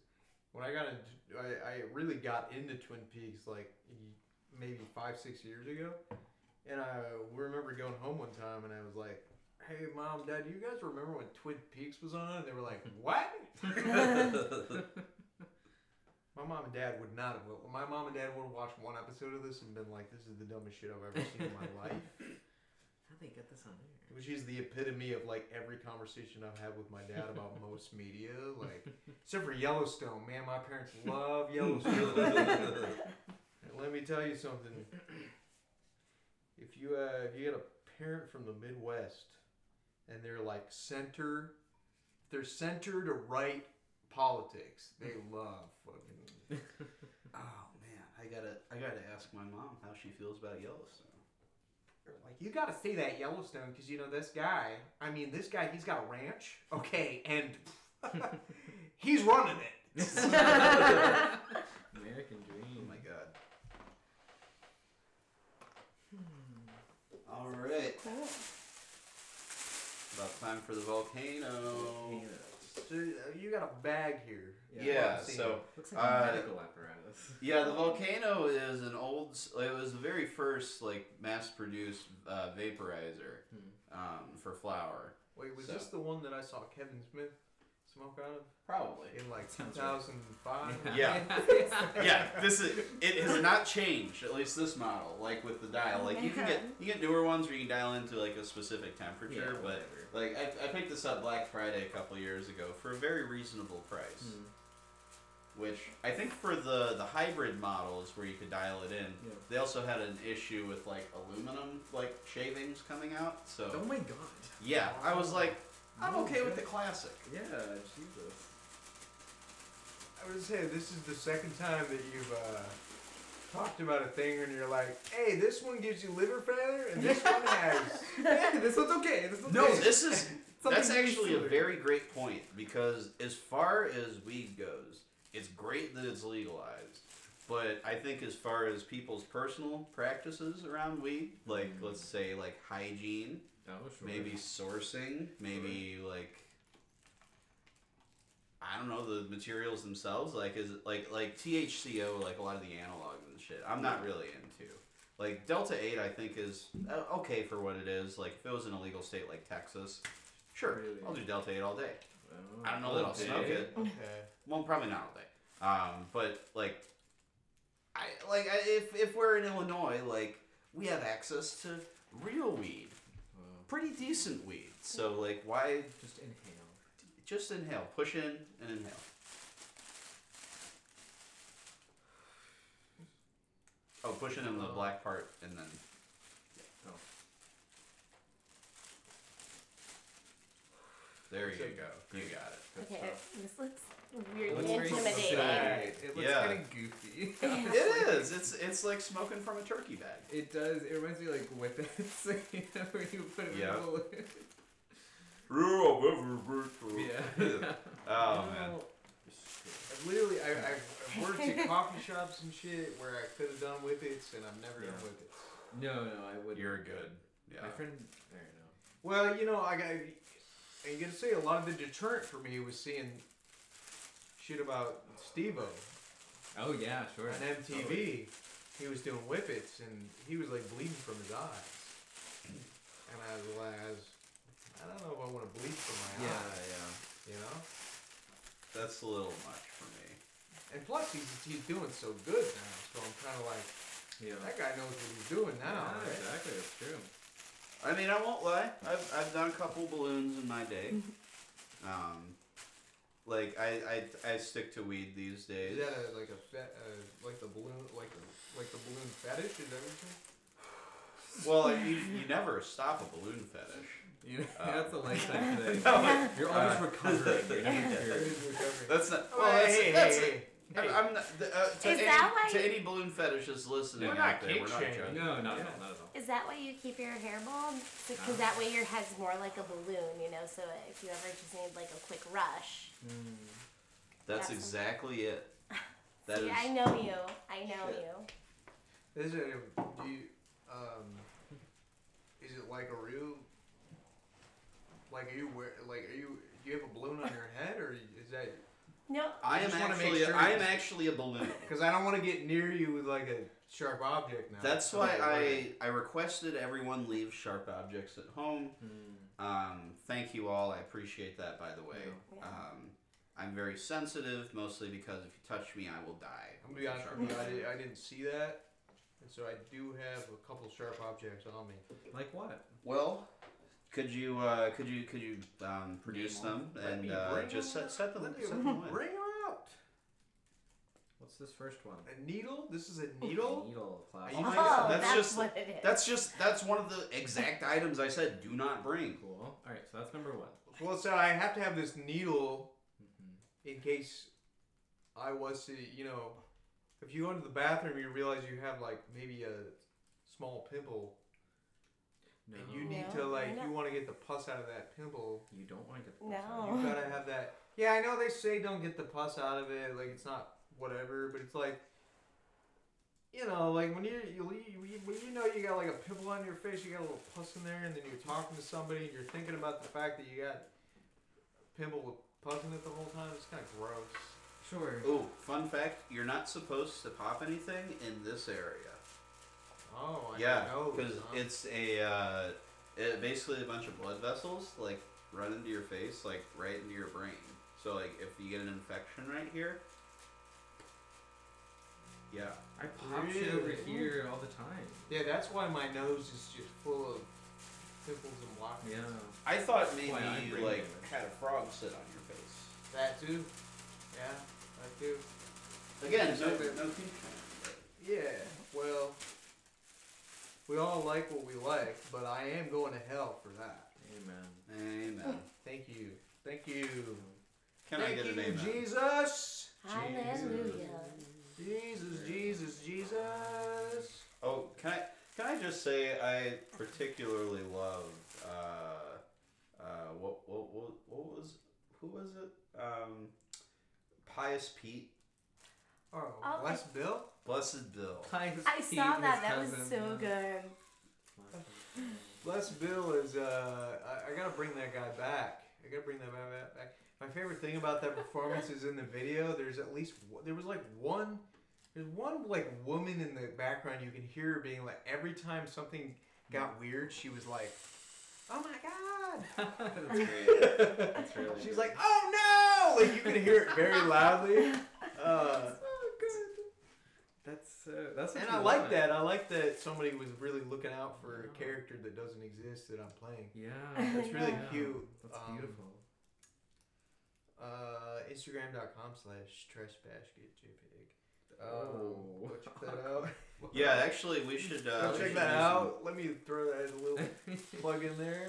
S4: when I got into, I, I really got into Twin Peaks like y- maybe five six years ago, and I remember going home one time and I was like. Hey mom, dad, you guys remember when Twin Peaks was on? And they were like, "What?" My mom and dad would not have. My mom and dad would have watched one episode of this and been like, "This is the dumbest shit I've ever seen in my life,"
S2: How they get this on there?
S4: which is the epitome of like every conversation I've had with my dad about most media, like except for Yellowstone. Man, my parents love
S1: Oh,
S4: Yellowstone. And let me tell you something. If you uh, if you get a parent from the Midwest, and they're like center, they're center to right politics. They love fucking.
S1: Oh man, I gotta I gotta ask my mom how she feels about Yellowstone.
S4: They're like you got to say that Yellowstone because you know this guy. I mean, this guy he's got a ranch, okay, and he's running it.
S2: American
S1: Oh
S2: Dream.
S1: my god. Time for the
S2: Oh
S1: volcano.
S2: Volcanoes.
S4: So uh, you got a bag here.
S1: Yeah,
S4: Let's see.
S1: so-
S2: Looks like a
S1: uh,
S2: medical apparatus.
S1: Yeah, the volcano is an old. s- It was the very first like mass-produced uh, vaporizer
S2: Hmm.
S1: um, for flour.
S4: Wait, was
S1: So-
S4: this the one that I saw Kevin Smith smoke out of
S1: Probably.
S4: in like
S2: Sounds right.
S4: 2005?
S1: Yeah. Yeah, this is. It has not changed. At least this model, like with the dial, like you can get you get newer ones where you can dial into like a specific temperature,
S2: Yeah,
S1: but.
S2: whatever.
S1: Like I, I picked this up Black Friday a couple years ago for a very reasonable price,
S2: Mm,
S1: which I think for the the hybrid models where you could dial it in,
S2: yeah.
S1: they also had an issue with like aluminum like shavings coming out. So
S2: Oh my god.
S1: yeah, I was like, I'm
S2: No
S1: okay with the
S2: way.
S1: classic.
S2: Yeah, Jesus.
S4: I would say this is the second time that you've uh, talked about a thing and you're like, hey, this one gives you liver failure and this one has.
S2: Yeah, this one's okay. This one's
S1: No,
S2: okay.
S1: this is that's
S2: Something
S1: actually a
S2: similar.
S1: very great point because as far as weed goes, it's great that it's legalized. But I think as far as people's personal practices around weed, like
S2: Mm.
S1: let's say like hygiene,
S2: Oh, sure.
S1: maybe sourcing, maybe like I don't know the materials themselves. Like is it like like THCO, like a lot of the analogs and shit. I'm not really into. Like Delta Eight, I think is uh, okay for what it is. Like if it was an illegal state like Texas, sure,
S2: Really?
S1: I'll do Delta Eight all day.
S2: Oh,
S1: I don't know that I'll smoke
S2: okay.
S1: it.
S4: Okay.
S1: Well, probably not all day. Um, but like, I like I, if if we're in Illinois, like we have access to real weed
S2: Wow.
S1: pretty decent weed. So like, why
S2: Just inhale.
S1: just inhale, push in and inhale. Oh, push in on the black part and then
S2: Oh.
S1: there you go. You got it.
S2: Good
S3: Okay,
S2: stuff.
S3: this looks
S2: It
S3: weirdly
S2: looks very
S3: intimidating.
S2: sad.
S4: Alright, It looks
S1: Yeah.
S4: kind of goofy.
S1: It is. It's it's like smoking from a turkey bag.
S2: It does. It reminds me like whippets where you put it
S1: Yeah.
S2: in the balloon. Yeah.
S1: Oh man.
S4: I've literally, I, I've, I've worked at coffee shops and shit where I could have done whippets and I've never done
S2: Yeah.
S4: whippets.
S2: No, no, I wouldn't.
S1: You're good. Yeah.
S2: My friend. I don't know.
S4: Well, you know, I got. I'm gonna say a lot of the deterrent for me was seeing shit about Stevo
S2: Oh yeah, sure.
S4: on MTV.
S2: Totally.
S4: He was doing whippets and he was like bleeding from his eyes. And I was like, I, was, I don't know if I want to bleed from my
S2: Yeah, yeah.
S4: eyes, you know.
S1: That's a little much for me.
S4: And plus, he's he's doing so good now, so I'm kind of like,
S2: Yeah.
S4: that guy knows what he's doing now.
S2: Yeah,
S4: right?
S2: exactly. It's true.
S1: I mean, I won't lie. I've I've done a couple balloons in my day. Um, like I I, I stick to weed these
S4: Is
S1: days.
S4: that a, like a fet, uh, like the balloon like the, like the balloon fetish? Is that what you're saying?
S1: Well, I- you, you never stop a balloon fetish.
S2: You know,
S1: Uh,
S2: that's a lifetime thing.
S1: No,
S2: You're always
S1: Uh,
S2: recovering. You're never
S4: There
S2: cured.
S4: is recovery.
S1: that's not.
S4: Well,
S1: Well, that's,
S4: hey,
S1: that's
S4: hey, hey.
S1: I'm, I'm not, th- uh, to,
S3: Is
S1: any,
S3: that why-
S1: to any balloon fetishists listening
S4: We're
S1: out
S4: not
S1: there, we're not
S4: kink-shaming.
S1: judging.
S2: No, not
S4: Yeah.
S2: at all. Not at all.
S3: Is that why you keep your hair bald? Because that way your head's more like a balloon, you know. So if you ever just need like a quick rush,
S1: That's
S3: That's-
S1: exactly it. That is.
S3: See, I know you. I know
S1: Shit.
S3: you.
S4: Is it a, do you, um, is it like a real, like are you wear, like are you do you have a balloon on your head or is that?
S3: No,
S1: I am
S4: just wanna make
S1: actually.
S4: sure
S1: I am
S4: it's-
S1: actually a balloon.
S4: Because I don't want to get near you with like a sharp object now.
S1: That's
S4: So,
S1: why
S4: like,
S1: I I requested everyone leave sharp objects at home.
S2: Hmm.
S1: Um, thank you all. I appreciate that. By the way,
S3: Yeah.
S1: um, I'm very sensitive, mostly because if you touch me, I will die.
S4: I'm gonna be honest with you, I, did, I didn't see that, and so I do have a couple sharp objects on me.
S2: Like what?
S1: Well, could you uh, could you could you um, produce
S2: Name
S1: them
S4: Let
S1: and
S4: me
S1: uh,
S4: bring
S1: just
S4: them
S1: set, set them
S4: Let me
S1: set them away?
S4: bring her out.
S2: What's this first one?
S4: A needle. This is a needle.
S2: Needle class.
S4: You
S3: oh,
S4: might-
S1: that's
S3: that's,
S1: just-
S3: what it is.
S1: That's just that's one of the exact items I said do not bring.
S2: Cool. All right, so that's number one.
S4: Well, so I have to have this needle in case I was to, you know, if you go into the bathroom, you realize you have like maybe a small pimple,
S2: No,
S4: and
S2: you,
S4: you need
S3: No,
S4: to like
S3: no.
S4: you want to get the pus out of that pimple.
S2: don't want to get the
S3: No.
S4: You gotta have that. Yeah, I know they say don't get the pus out of it, like it's not whatever, but it's like you know, like when you you leave, you- when you know you got like a pimple on your face, you got a little pus in there, and then you're talking to somebody and you're thinking about the fact that you got a pimple with pus in it the whole time. It's kind of gross.
S2: Sure.
S1: Ooh, fun fact: you're not supposed to pop anything in this area.
S4: Oh, I
S1: yeah,
S4: know.
S1: because it's a uh, it, basically a bunch of blood vessels like run into your face, like right into your brain. So like if you get an infection right here, yeah,
S2: I pop shit over
S4: Really?
S2: here all the time.
S4: yeah, that's why my nose is just full of pimples and blotches.
S2: Yeah.
S1: I thought maybe
S2: Why I'm
S1: you
S2: brain
S1: like
S2: damage.
S1: had a frog sit on your face.
S4: That too. Yeah, that too.
S1: Again, no,
S4: no-
S1: no
S4: no Yeah. Well, we all like what we like, but I am going to hell for that.
S2: Amen.
S1: Amen.
S4: Thank you. Thank you.
S1: Can
S4: Thank
S1: I get
S4: you,
S1: an amen?
S4: Jesus.
S3: Hallelujah.
S4: Jesus, Jesus, Jesus.
S1: Oh, can I can I just say I particularly loved uh, uh, what, what what what was who was it? Um, Pious Pete,
S4: Oh,
S3: Oh,
S4: bless Bill.
S1: Blessed Bill.
S3: I saw that. That was so good.
S4: Bless Bill is. Uh, I, I gotta bring that guy back. I gotta bring that guy back- back. My favorite thing about that performance is in the video. There's at least one- there was like one. There's one like woman in the background. You can hear her being like every time something got weird, she was like, "Oh my god."
S2: That's great. That's really
S4: She's
S2: good.
S4: like, "Oh no!" Like you can hear it very loudly. Uh,
S2: That's so. That's what
S4: and
S2: you
S4: I like
S2: want.
S4: that. I like that somebody was really looking out for a character that doesn't exist that I'm playing.
S2: Yeah.
S4: That's really
S2: yeah.
S4: cute.
S2: That's
S4: Um,
S2: beautiful.
S4: Uh, Instagram.com slash trash basket JPEG. uh,
S2: Oh.
S4: go check that out.
S1: Yeah, actually, we should uh,
S4: Go
S1: we
S4: check
S1: should
S4: that
S1: do some-
S4: out. Let me throw that as a little plug in there.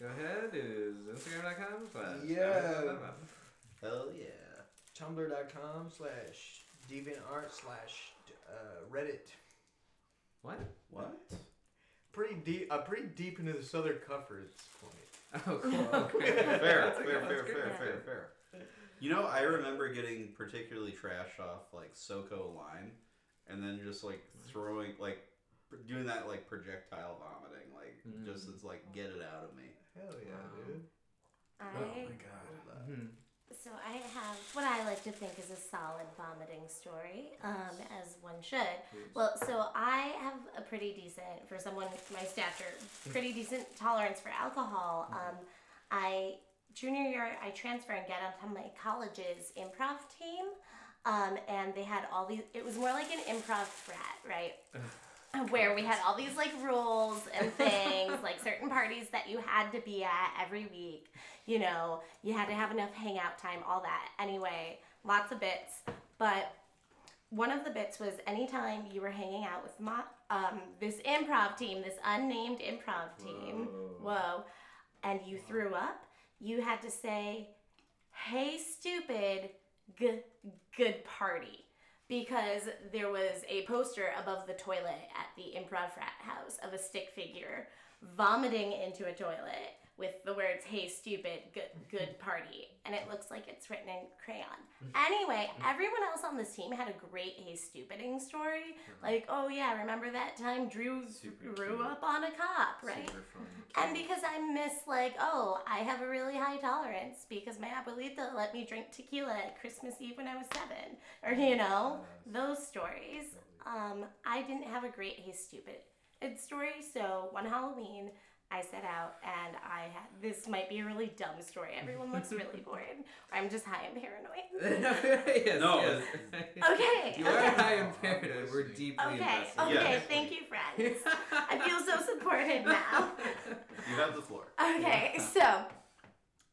S2: Go ahead. Is Instagram.com slash.
S4: Yeah.
S1: Hell yeah!
S4: Tumblr.com slash deviantart slash uh, Reddit.
S2: What?
S1: What?
S4: Pretty deep, uh, pretty deep into the southern comfort at this point.
S2: Oh, cool. Okay.
S1: Fair, fair,
S2: That's a
S1: fair,
S2: good-
S1: fair,
S2: that's good.
S1: fair, fair, You know, I remember getting particularly trash off like Soko Lime, and then just like throwing like pr- doing that like projectile vomiting, like just
S2: Mm.
S1: it's like get it out of me.
S4: Hell yeah,
S2: Wow.
S4: dude.
S3: I
S1: Oh god.
S2: Mhm.
S3: So I have what I like to think is a solid vomiting story, um, as one should.
S2: Please.
S3: Well, so I have a pretty decent, for someone my stature, pretty decent tolerance for alcohol. Um, I junior year I transfer and get on my college's improv team, um, and they had all these. It was more like an improv frat, right? Where we had all these like rules and things, like certain parties that you had to be at every week. You know, you had to have enough hangout time, all that. Anyway, lots of bits, but one of the bits was anytime you were hanging out with my, um, this improv team, this unnamed improv team, whoa, and you threw up, you had to say, hey, stupid, g- good party. Because there was a poster above the toilet at the improv frat house of a stick figure vomiting into a toilet with the words, hey, stupid, good, good party. And it looks like it's written in crayon.
S2: Mm.
S3: Anyway, everyone else on this team had a great hey stupiding story. Like, oh yeah, remember that time Drew
S2: Mm. Super
S3: grew
S2: cute.
S3: up on a cop, right?
S2: Super fun.
S3: And because I miss, like, oh, I have a really high tolerance because my abuelita let me drink tequila at Christmas Eve when I was seven, or you know, those stories. Um, I didn't have a great hey stupid it story, so one Halloween I set out and I had this might be a really dumb story. Everyone looks really bored. I'm just high and paranoid.
S2: yes,
S1: No,
S2: yes.
S3: Okay,
S2: You are
S3: okay,
S2: high imperative. We're deeply
S3: okay,
S2: invested.
S3: okay.
S1: Yeah.
S3: Thank you, friends. I feel so supported now.
S1: You have the floor.
S3: Okay, so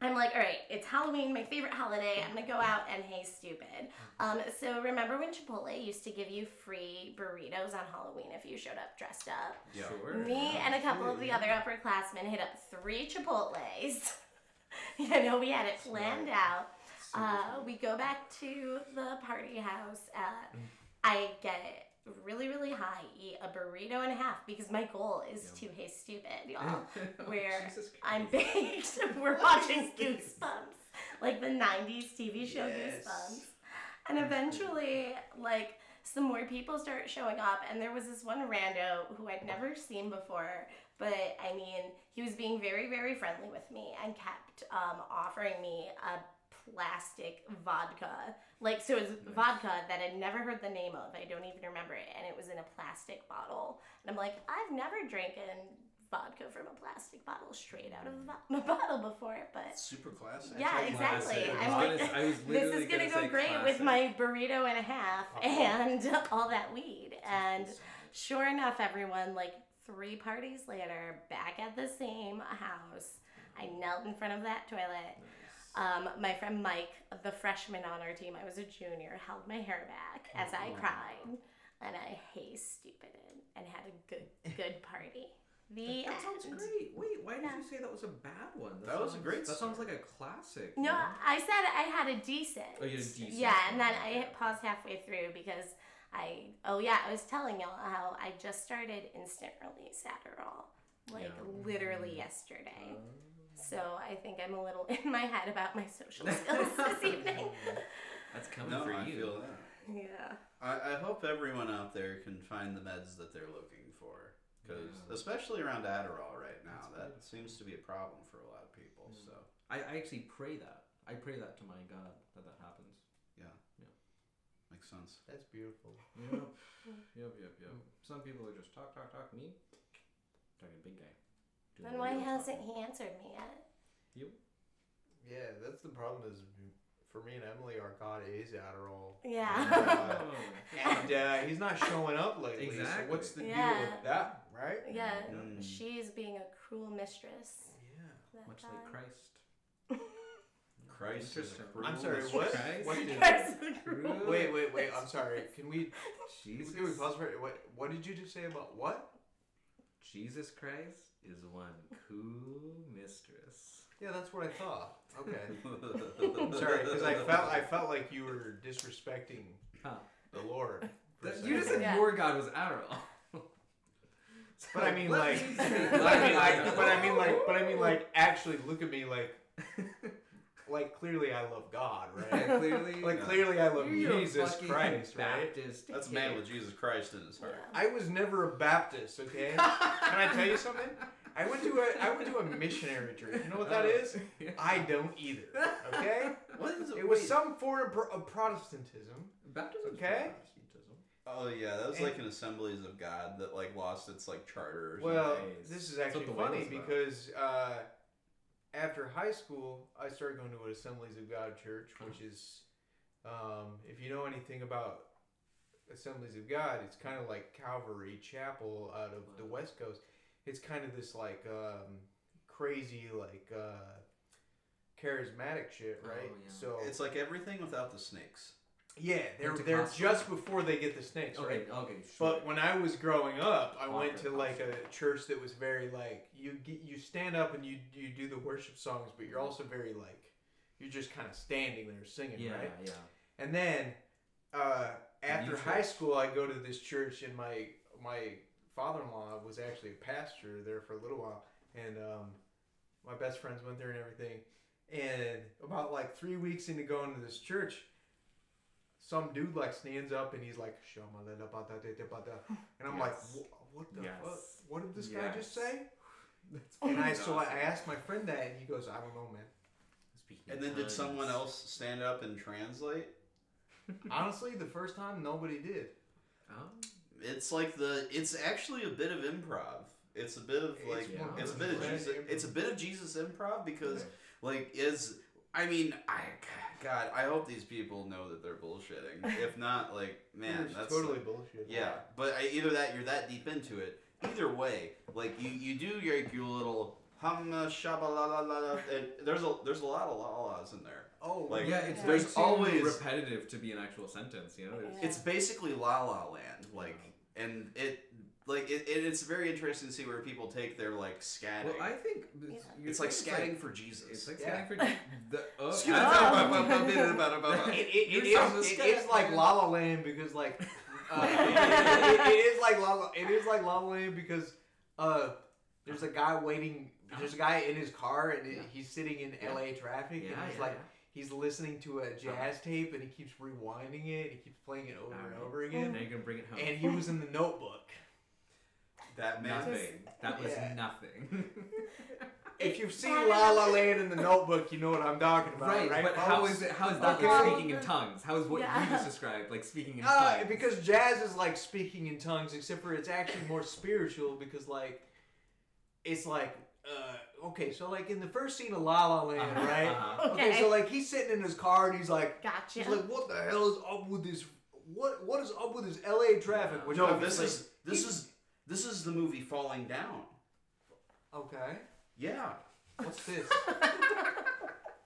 S3: I'm like, all right, it's Halloween, my favorite holiday. I'm gonna go out and hey, stupid. Um, so remember when Chipotle used to give you free burritos on Halloween if you showed up dressed up?
S1: Yeah.
S2: Sure.
S3: Me and a couple of the other upperclassmen hit up three Chipotles. you know, we had it planned out. Uh, we go back to the party house. Uh, I get really, really high, eat a burrito and a half because my goal is to hey, stupid, y'all. Where
S2: Oh, Jesus
S3: I'm
S2: Christ.
S3: baked. We're watching Goosebumps, like the '90s TV show
S4: Yes.
S3: Goosebumps. And eventually, like some more people started showing up, and there was this one rando who I'd never seen before. But I mean, he was being very, very friendly with me and kept um, offering me a plastic vodka. Like, so it was vodka that I'd never heard the name of. I don't even remember it. And it was in a plastic bottle. And I'm like, I've never drinking vodka from a plastic bottle straight out of a vo- bottle before, but
S1: Super classic.
S3: yeah,
S1: Like when I
S3: exactly.
S1: say
S3: I'm
S2: I
S1: vodka.
S2: was
S3: like,
S2: gonna- I was
S3: this
S2: literally
S3: is gonna,
S2: gonna
S3: go
S2: say
S3: great with
S2: classic.
S3: my burrito and a half and all that weed. And sure enough, everyone, like three parties later, back at the same house, I knelt in front of that toilet. Um, my friend Mike, the freshman on our team, I was a junior, held my hair back as
S2: Oh,
S3: I cried, and I hey stupided and had a good good party. The
S2: That sounds
S3: end.
S2: great. Wait, why did
S3: Yeah.
S2: you say that was a bad one?
S1: That was a
S2: sounds-
S1: great
S2: That sounds like a classic.
S3: No,
S2: you know?
S3: I said I had a decent.
S2: Oh, you had a decent
S3: Yeah, and
S2: one,
S3: then I
S2: okay.
S3: hit pause halfway through because I. Oh yeah, I was telling y'all how I just started instant release Adderall, like
S2: Yeah. Mm.
S3: literally yesterday.
S2: Um,
S3: So I think I'm a little in my head about my social skills this evening.
S2: Oh, That's coming
S1: no,
S2: for
S1: I
S2: you.
S1: feel that.
S3: Yeah.
S1: I, I hope everyone out there can find the meds that they're looking for. Because,
S2: Yeah.
S1: especially around Adderall right now,
S2: That's
S1: that
S2: pretty-
S1: seems to be a problem for a lot of people.
S4: Mm.
S2: Yeah.
S1: So,
S2: I, I actually pray that. I pray that to my God that that happens.
S1: yeah.
S2: Yeah.
S1: Makes sense.
S4: That's beautiful.
S2: Yep. yep. Yep. Yep. Some people are just talk, talk, talk. Me, talking big guy. Doing
S3: Then
S2: the
S3: why
S2: real
S3: hasn't
S2: talking.
S3: he answered me yet?
S2: You.
S4: Yeah, that's the problem. Is for me and Emily, our God is Adderall.
S3: Yeah.
S2: Oh,
S1: Uh,
S4: and uh, he's not showing up lately. So what's the deal
S3: Yeah.
S4: with that, right?
S3: yeah.
S1: Mm.
S3: She's being a cruel mistress.
S4: Yeah.
S3: that
S2: Much
S3: time.
S2: like Christ.
S1: Christ is a
S2: Interesting.
S1: cruel
S4: I'm sorry.
S1: mistress.
S4: What?
S2: Christ.
S4: What did?
S3: Christ is a
S2: Cruel.
S3: cruel.
S4: Wait, wait, wait. I'm sorry. Can we?
S2: Jesus.
S4: Can we pause for what? What did you just say about what?
S2: Jesus Christ is one cool mistress.
S4: Yeah, that's what I thought. Okay. I'm sorry, because I felt I felt like you were disrespecting
S2: Huh.
S4: the Lord. for a
S2: That- you just said
S4: second.
S3: Yeah.
S2: your God was Adderall. So
S4: But I mean,
S2: let
S4: like,
S2: me
S4: but
S2: speak
S4: I mean,
S2: my
S4: like, but I mean,
S2: God.
S4: like, but I mean, like, actually, look at me, like, like clearly, I love God, right?
S2: Yeah, clearly,
S4: Like,
S1: Yeah.
S4: clearly, I love
S2: you're a
S4: Jesus
S2: fucking
S4: Christ, right?
S2: Baptist
S1: That's a man
S2: hick.
S1: with Jesus Christ in his heart.
S3: Yeah.
S4: I was never a Baptist, okay? Can I tell you something? I went to a I went to a missionary church. You know what that
S2: Oh.
S4: is?
S2: Yeah.
S4: I don't either. Okay.
S1: What is
S4: It was
S1: wait.
S4: some form of, pro- of Protestantism.
S2: Baptism. is
S4: Okay.
S2: Protestantism.
S1: Oh yeah, that was
S4: And-
S1: like an Assemblies of God that like lost its like charter. Or
S4: Well,
S2: Nice.
S4: this is
S2: That's what
S4: actually
S2: the wine
S4: funny
S2: was about.
S4: because uh, after high school, I started going to an Assemblies of God church, which is, um, if you know anything about Assemblies of God, it's kind of like Calvary Chapel out of the West Coast. It's kind of this like um, crazy like uh, charismatic shit,
S2: Oh,
S4: right?
S2: yeah.
S4: So
S1: something. it's like everything without the snakes.
S4: yeah, they're they're
S2: Pentecostal?
S4: just before they get the snakes, right?
S2: Okay. Okay. Sure.
S4: But when I was growing up, I went
S2: Walker
S4: to like
S2: House.
S4: a church that was very like you get, you stand up and you you do the worship songs, but you're also very like you're just kind of standing there singing,
S2: yeah.
S4: right?
S2: Yeah.
S4: And then uh,
S2: new
S4: after high
S2: church.
S4: school, I go to this church, and my my father-in-law was actually a pastor there for a little while, and um, my best friends went there and everything. And about like three weeks into going to this church, some dude like stands up and he's like, "Shamalalabadadadabada," and I'm like,
S2: Yes.
S4: "Wha- "What the
S2: Yes.
S4: fuck? What did this guy just
S2: Yes.
S4: say?"
S2: That's
S4: And I
S2: fucking
S4: so I
S2: awesome.
S4: asked my friend that, and he goes, "I don't know, man.
S2: Speaking
S1: And
S2: in
S1: then did
S2: tongues.
S1: someone else stand up and translate?
S4: Honestly, the first time nobody did.
S2: Oh.
S1: It's like the. It's actually a bit of improv. It's a bit of
S4: It's
S1: like. It's,
S2: more
S1: a bit of
S2: improv.
S1: Jesus. It's a bit of Jesus improv because like is. I mean, I God, I hope these people know that they're bullshitting. If not, like man,
S4: It's
S1: that's
S4: totally bullshit."
S1: Yeah, but I, either that you're that deep into it. Either way, like you, you do your, your little hum uh, shabalala. And there's a there's a lot of lalas in there.
S4: Oh,
S1: Like,
S2: yeah, it's
S3: Yeah.
S2: there's
S1: there's
S2: always
S1: always-
S2: repetitive to be an actual sentence. You know, There's-
S3: Yeah.
S1: It's basically La La Land, like, and it like it, it, it's very interesting to see where people take their like scatting.
S2: Well, I think it's,
S3: Yeah.
S2: you're
S1: it's like
S2: saying
S1: scatting for
S2: It's
S1: Jesus.
S2: like, it's like
S4: Yeah.
S2: scatting for the. Oh,
S1: Excuse
S2: I-
S3: me.
S2: Oh.
S4: it,
S2: Uh,
S1: me.
S4: it, it,
S2: You're so
S4: is, it
S2: disgusting.
S4: is like La La Land because like uh, it, it- it is like La La, it is like La La Land because uh there's a guy waiting there's a guy in his car and
S2: Yeah.
S4: he's sitting in
S2: Yeah.
S4: LA traffic
S2: Yeah,
S4: and he's
S2: yeah,
S4: like
S2: yeah.
S4: he's listening to a jazz tape and he keeps rewinding it. He keeps playing it over and over again.
S2: Now you're gonna bring it home.
S4: And he was in the Notebook.
S1: That man.
S2: nothing. That was
S4: Yeah.
S2: nothing.
S4: If you've seen La La Land in the Notebook, you know what I'm talking about,
S2: right,
S4: right?
S2: but how
S4: folks?
S2: is it? How is that
S4: Okay.
S2: like speaking in tongues? How is what you
S3: Yeah.
S2: just described like speaking in
S4: Uh,
S2: tongues?
S4: because jazz is like speaking in tongues, except for it's actually more spiritual because like it's like uh, okay, so like in the first scene of La La Land,
S2: Uh-huh,
S4: right?
S2: uh-huh.
S4: Okay.
S3: Okay.
S4: so like he's sitting in his car and he's like,
S3: Gotcha.
S4: he's like, what the hell is up with this? What what is up with this L.A. traffic? Which
S1: No, this
S4: obviously-
S1: is this is this is the movie Falling Down.
S4: okay.
S1: Yeah.
S4: What's this?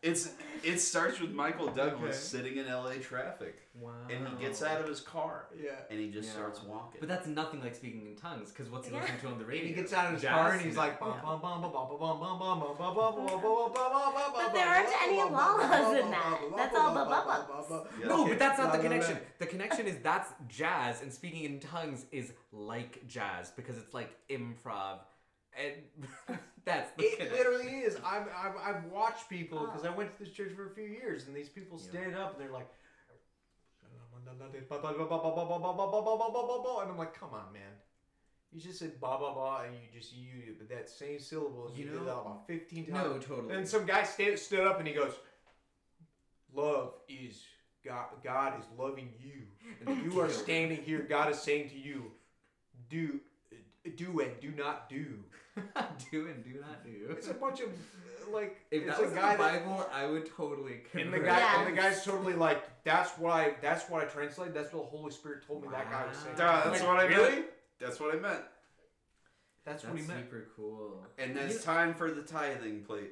S1: It's it starts with Michael Douglas
S4: Okay.
S1: sitting in LA traffic
S2: wow.
S1: and he gets out of his car
S4: yeah.
S1: and he just
S2: Yeah.
S1: starts walking.
S2: But that's nothing like speaking in tongues, because what's he
S3: Yeah.
S2: listening to on the radio?
S4: And he gets out of his
S2: Jazz?
S4: car and he's
S2: No.
S4: like, bum bum bum bum bum bum bum bum bum bum bum bum bum bum bum bum
S3: But there aren't any lalas in that. That's all the bubbles.
S1: Yeah.
S2: No, but that's not the
S4: La, la, la.
S2: connection. The connection is that's jazz, and speaking in tongues is like jazz because it's like improv, and that's the
S4: It
S2: connection.
S4: literally is. I've, I've, I've watched people because I went to this church for a few years, and these people
S2: Ah. Yeah.
S4: stand up and they're like, and I'm like, come on, man. You just said ba ba ba, and you just used it, but that same syllable,
S2: You
S4: you, did
S2: know-
S4: that about 15 times.
S2: No, totally.
S4: And some guy sta- stood up and he goes, Love is God. God is loving you. And you are
S2: Deal.
S4: standing here. God is saying to you, Do, do and do not do.
S2: do and do not do.
S4: It's a bunch of like
S2: If
S4: it's
S2: that was
S4: a
S2: in
S4: guy
S2: the
S4: that,
S2: Bible, I would totally.
S4: and the
S2: convert.
S4: guy
S3: Yeah.
S4: and the guy's totally like that's what I that's what I translated. That's what the Holy Spirit told me that guy was saying.
S2: Wow.
S1: Duh, that's
S4: Like,
S1: what I
S4: really.
S1: meant. That's what I meant.
S4: That's,
S2: That's
S4: what he meant.
S2: super cool.
S1: And that's time for the tithing plate.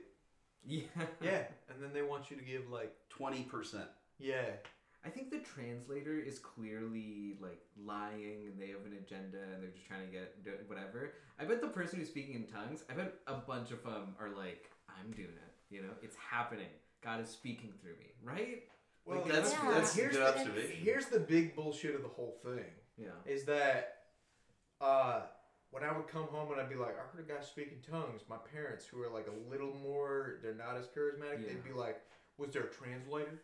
S2: Yeah.
S4: Yeah, and then they want you to give like
S1: Twenty percent.
S4: yeah.
S2: I think the translator is clearly like lying and they have an agenda and they're just trying to get do- whatever. I bet the person who's speaking in tongues, I bet a bunch of them are like, I'm doing it. You know, it's happening. God is speaking through me, right?
S4: Well,
S1: that's
S3: Yeah.
S1: that's a
S4: here's
S1: good
S4: the,
S1: observation.
S4: here's the big bullshit of the whole thing
S2: Yeah.
S4: is that uh when I would come home and I'd be like, I heard a guy speak in tongues. My parents, who are like a little more, they're not as charismatic.
S2: Yeah.
S4: They'd be like, Was there a translator?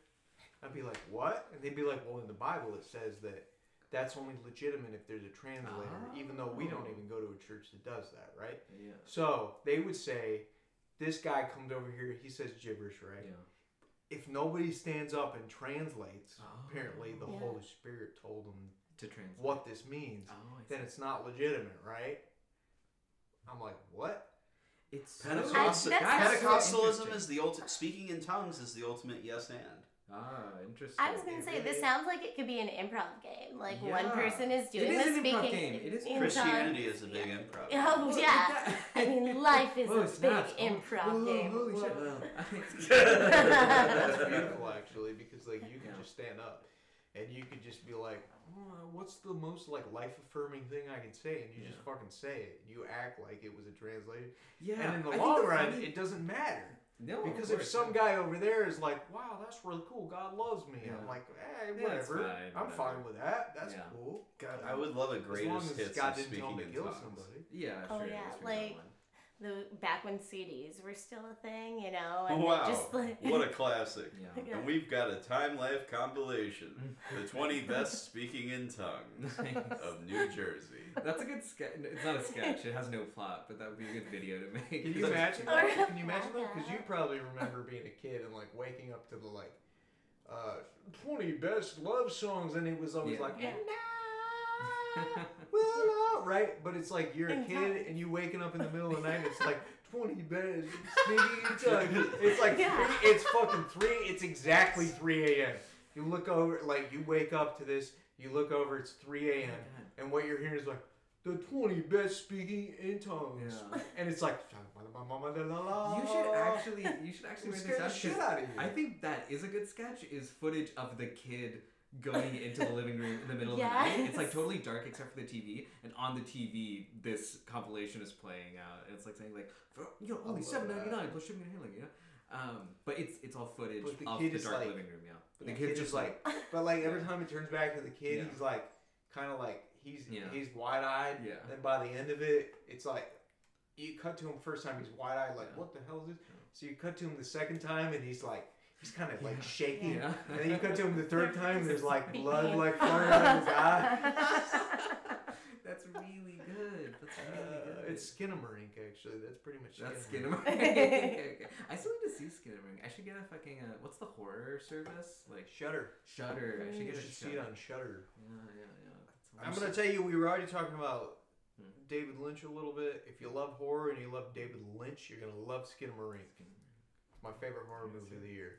S4: I'd be like, What? And they'd be like, Well, in the Bible it says that that's only legitimate if there's a translator, even though we don't
S2: Oh.
S4: even go to a church that does that, right?
S2: Yeah.
S4: So they would say, This guy comes over here, he says gibberish, right?
S2: Yeah.
S4: If nobody stands up and translates,
S2: Oh.
S4: apparently the
S3: Yeah.
S4: Holy Spirit told them
S2: To translate.
S4: what this means
S2: Oh, I see.
S4: then it's not legitimate, right? I'm like, what?
S2: It's so-
S1: Pentecostal-
S3: I- that's-
S1: Pentecostalism
S4: Interesting.
S1: is the ultimate. Speaking in tongues is the ultimate yes and.
S2: Ah, interesting.
S3: I was gonna say this
S4: really-
S3: sounds like it could be an improv game. Like
S2: Yeah.
S3: one person is
S2: It
S3: doing
S2: is
S3: the
S2: an
S3: speaking.
S2: improv game. It is
S3: in
S1: Christianity is a big
S3: Yeah.
S1: improv.
S3: Oh,
S2: Well,
S3: yeah. I mean, life is
S2: Whoa,
S3: a
S2: snaps.
S3: big improv
S2: Whoa,
S3: game.
S2: holy shit.
S4: That's
S1: That's
S4: beautiful, actually, because like you can
S2: Yeah.
S4: just stand up and you could just be like, "Oh, what's the most like life affirming thing I can say? And you just
S2: Yeah.
S4: fucking say it. You act like it was a translation,
S2: Yeah.
S4: and in the
S2: I think
S4: long
S2: the
S4: run,
S2: funny-
S4: it doesn't matter
S2: no, of
S4: because if
S2: course,
S4: some
S2: yeah.
S4: guy over there is like, wow, that's really cool. God loves me.
S2: Yeah.
S4: I'm like, hey,
S2: Yeah, it's
S4: whatever.
S2: fine,
S4: I'm
S2: whatever."
S4: fine with that. That's
S2: Yeah.
S4: cool.
S1: God, I would love a
S4: As long
S1: greatest
S4: as
S1: hits
S4: God
S1: of
S4: didn't
S1: speaking
S4: tell
S1: in
S4: me to kill
S1: tongues.
S4: somebody.
S2: Yeah,
S3: Oh,
S2: sure.
S3: yeah,
S2: let's read that
S3: like-
S2: one.
S3: The back when CDs were still a thing, you know,
S1: Oh,
S3: and they
S1: wow,
S3: just like
S1: what a classic!
S2: Yeah.
S3: Yeah.
S1: And we've got a time life compilation: the 20 best speaking in tongues of New Jersey.
S2: That's a good sketch. It's not a sketch. It has no plot, but that would be a good video to make.
S4: Can you imagine
S3: Or
S4: that?
S3: a
S4: Can you imagine that? Because you
S3: platter.
S4: probably remember being a kid and like waking up to the like uh, 20 best love songs, and it was always
S2: Yeah.
S4: like,
S3: Yeah.
S4: "And I will I-" right? But it's like you're a
S3: In
S4: kid
S3: tongues.
S4: and you waking up in the middle of the night, and it's like 20 best sneaky tugs. It's like,
S3: Yeah.
S4: three, it's fucking 3, it's exactly 3 a.m. You look over, like, you wake up to this, you look over, it's 3 a.m., and what you're hearing is like, the 20 best speaking in tongues.
S2: Yeah.
S4: And it's like,
S2: You should actually. You should actually
S4: Oh. It scared
S2: make this
S4: the
S2: out.
S4: shit
S2: 'cause
S4: out of you.
S2: I think that is a good sketch. Is footage of the kid going into the living room in the middle of the night. It's like
S3: Yes.
S2: totally dark except for the TV, and on the TV, this compilation is playing out, and it's like saying like, for, you know,
S4: I
S2: only
S4: love
S2: seven
S4: that.
S2: ninety nine plus shipping and handling, you know. Um, but it's it's all footage
S4: But the
S2: of
S4: kid
S2: the
S4: is
S2: dark
S4: like-
S2: living room. Yeah,
S4: But the kid just like, but like every time it turns back to the kid,
S2: Yeah.
S4: he's like, kind of like he's
S2: Yeah.
S4: he's wide eyed.
S2: Yeah.
S4: And by the end of it, it's like you cut to him first time, he's wide eyed, like
S2: Yeah.
S4: what the hell is this?
S2: Yeah.
S4: So you cut to him the second time, and he's like, He's kind of like shaky.
S2: Yeah.
S4: And then you cut to him the third time, and there's like blood
S3: Speaking.
S4: like flowing out of his eye.
S2: Ah. That's really good. That's really
S4: Uh,
S2: good.
S4: it's Skinamarink, actually. That's pretty much
S2: that's
S4: Skinamarink.
S2: Skinnamarink. okay, okay. I still need to see Skinnamarink. I should get a fucking uh, what's the horror service like
S4: Shudder.
S2: Shutter? I should
S4: You
S2: get a
S4: should see
S2: Shudder.
S4: it on Shudder.
S2: Yeah, yeah, yeah. That's what
S4: I'm gonna tell you, we were already talking about
S2: Hmm.
S4: David Lynch a little bit. If you love horror and you love David Lynch, you're gonna love Skinamarink. It's my favorite horror movie of the year.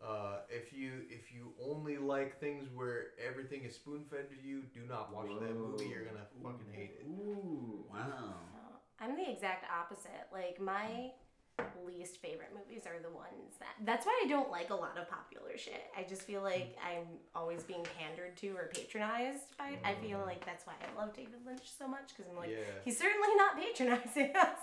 S4: Uh, if you if you only like things where everything is spoon fed to you, do not watch that movie. You're gonna fucking hate it.
S2: Ooh.
S1: Wow.
S3: I'm the exact opposite. Like my
S4: Hmm.
S3: least favorite movies are the ones that that's why I don't like a lot of popular shit. I just feel
S4: Hmm.
S3: like I'm always being pandered to or patronized by it. I feel like that's why I love David Lynch so much because I'm like
S4: Hmm. Yeah.
S3: he's certainly not patronizing us.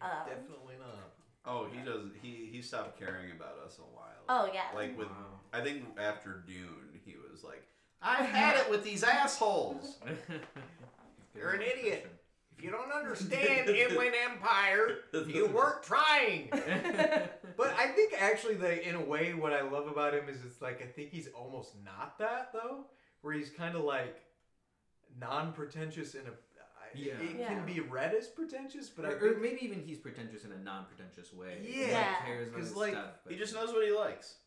S3: Um,
S4: Definitely not.
S1: Oh, he does. He he stopped caring about us a while.
S3: Oh, yeah.
S1: Like with,
S2: Wow.
S1: I think after Dune, he was like, "I've had it with these assholes. You're an idiot. If you don't
S4: Understand Inland Empire. You weren't trying. But I think actually that in a way what I love about him is it's like I think he's almost not that though, where he's kind of like non-pretentious in a. I-
S2: Yeah.
S4: It
S3: Yeah.
S4: can be read as pretentious, but I
S2: or, or
S4: think
S2: maybe even he's pretentious in a non-pretentious way. He, like,
S4: Yeah.
S2: cares about
S4: 'Cause,
S2: his
S4: like,
S2: stuff, but
S1: He just knows what he likes.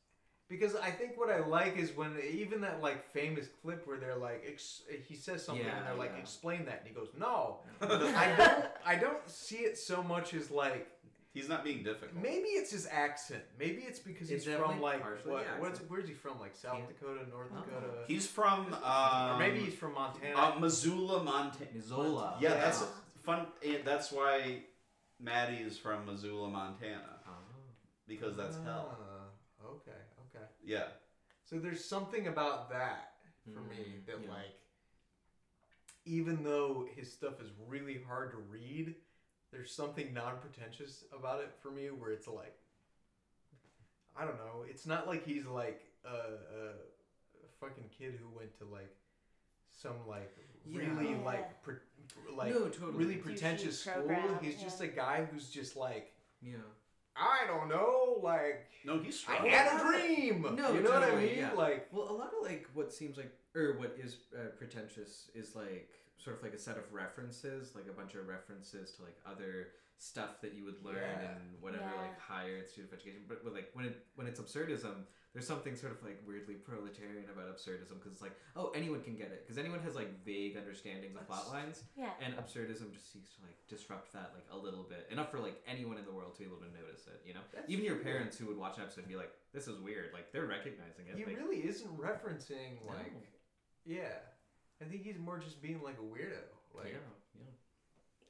S4: because I think what I like is when even that like famous clip where they're like ex- he says something
S2: Yeah,
S4: and they're like
S2: yeah.
S4: explain that and he goes no, I don't I don't see it so much as like
S1: He's not being difficult.
S4: Maybe it's his accent. Maybe it's because
S2: It's
S4: he's from
S2: definitely
S4: like
S2: partially
S4: what?
S2: the
S4: What's,
S2: accent.
S4: where's he from? Like South
S2: Yeah.
S4: Dakota, North
S2: Oh.
S4: Dakota,
S1: He's from
S4: or
S1: um,
S4: maybe he's from Montana.
S1: uh, Missoula, Montana.
S2: Missoula.
S1: Yeah, that's
S2: Oh.
S1: fun. eh, That's why Maddie is from Missoula, Montana,
S2: Oh.
S1: because that's hell.
S4: Ah, Okay, okay.
S1: Yeah.
S4: So there's something about that for me
S2: Mm,
S4: that
S2: yeah.
S4: like, even though his stuff is really hard to read, there's something non-pretentious about it for me where it's like, I don't know. It's not like he's like a, a fucking kid who went to like some like really
S3: Yeah.
S4: like pre- like
S2: No, totally.
S4: really
S2: Douchey
S4: pretentious school.
S3: program,
S4: He's
S3: yeah.
S4: just a guy who's just like
S2: Yeah.
S4: I don't know like.
S1: No, he's
S4: I
S1: strong.
S4: had a dream.
S2: No,
S4: you know what I
S2: totally,
S4: mean.
S2: yeah.
S4: Like,
S2: Well, a lot of like what seems like or what is uh, pretentious is like sort of like a set of references, like a bunch of references to like other stuff that you would learn
S4: Yeah.
S2: in whatever
S3: Yeah.
S2: like higher student of education. But, but like when it when it's absurdism, there's something sort of like weirdly proletarian about absurdism because it's like oh anyone can get it because anyone has like vague understandings of plot lines.
S3: yeah.
S2: And absurdism just seeks to like disrupt that like a little bit, enough for like anyone in the world to be able to notice it. You know,
S4: That's
S2: even your
S4: true.
S2: parents who would watch an episode and be like, "This is weird." Like they're recognizing it.
S4: he
S2: like,
S4: really isn't referencing like,
S2: No.
S4: yeah. I think he's more just being like a weirdo, like,
S2: yeah,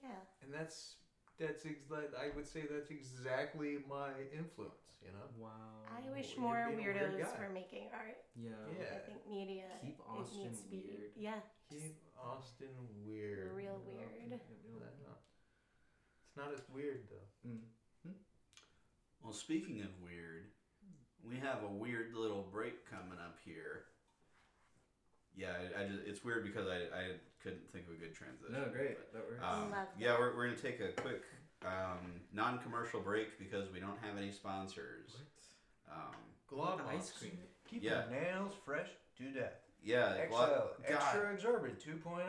S3: Yeah.
S4: and that's that's ex- that- I would say that's exactly my influence. You know,
S2: Wow.
S3: I wish
S4: you're
S3: more
S4: being a weird
S3: weirdos
S4: guy. Uh,
S3: were making art.
S2: Yeah.
S4: Yeah.
S3: I think media
S2: Keep
S3: it
S2: Austin
S3: needs to be
S2: weird.
S3: yeah,
S4: keep Austin weird.
S3: real
S4: No,
S3: weird.
S4: no, no. It's not as weird though.
S2: Mm.
S1: Well, speaking of weird, we have a weird little break coming up here. Yeah, I, I just, it's weird because I, I couldn't think of a good transition.
S2: No, great.
S1: but,
S2: That works.
S1: um,
S3: Love
S1: yeah,
S3: that.
S1: we're, we're going to take a quick um, non commercial break because we don't have any sponsors. Um,
S4: Glove
S2: the
S4: box.
S2: ice cream.
S4: Keep
S1: Yeah.
S4: your nails fresh to death.
S1: yeah,
S4: Extra,
S1: Glo- God.
S4: extra exorbitant 2.0.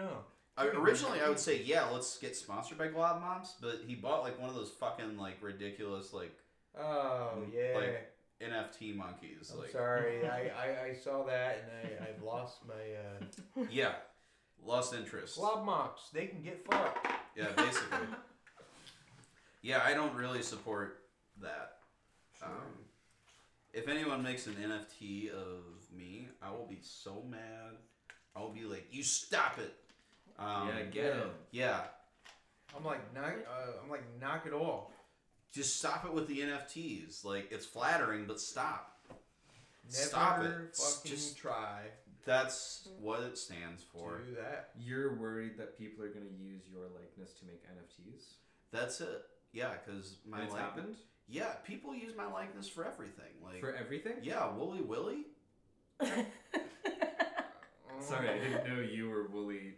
S1: I, originally, I would say, yeah, let's get sponsored by Glob Moms, but he bought like one of those fucking like ridiculous like
S4: Oh
S1: Mm,
S4: yeah.
S1: like, NFT monkeys.
S4: I'm
S1: like,
S4: sorry, I, I, I saw that and I, I've lost my uh,
S1: yeah, lost interest.
S4: glob mops. They can get fucked.
S1: Yeah, basically. yeah, I don't really support that. Um, if anyone makes an NFT of me, I will be so mad. I will be like, "You stop it!" Um,
S2: yeah, get him.
S1: yeah,
S4: I'm like knock. Uh, I'm like knock it off.
S1: just stop it with the NFTs. Like, it's flattering, but stop. Stop it.
S4: Never
S1: S-
S4: Fucking
S1: just-
S4: try
S1: That's what it stands
S4: to
S1: for.
S4: do that.
S2: You're worried that people are gonna use your likeness to make NFTs.
S1: That's it. Yeah, because my
S2: and it's
S1: lik-
S2: happened
S1: Yeah, people use my likeness for everything. Like,
S2: for everything.
S1: yeah, Wooly Willy.
S4: Oh.
S2: Sorry, I didn't know you were woolly.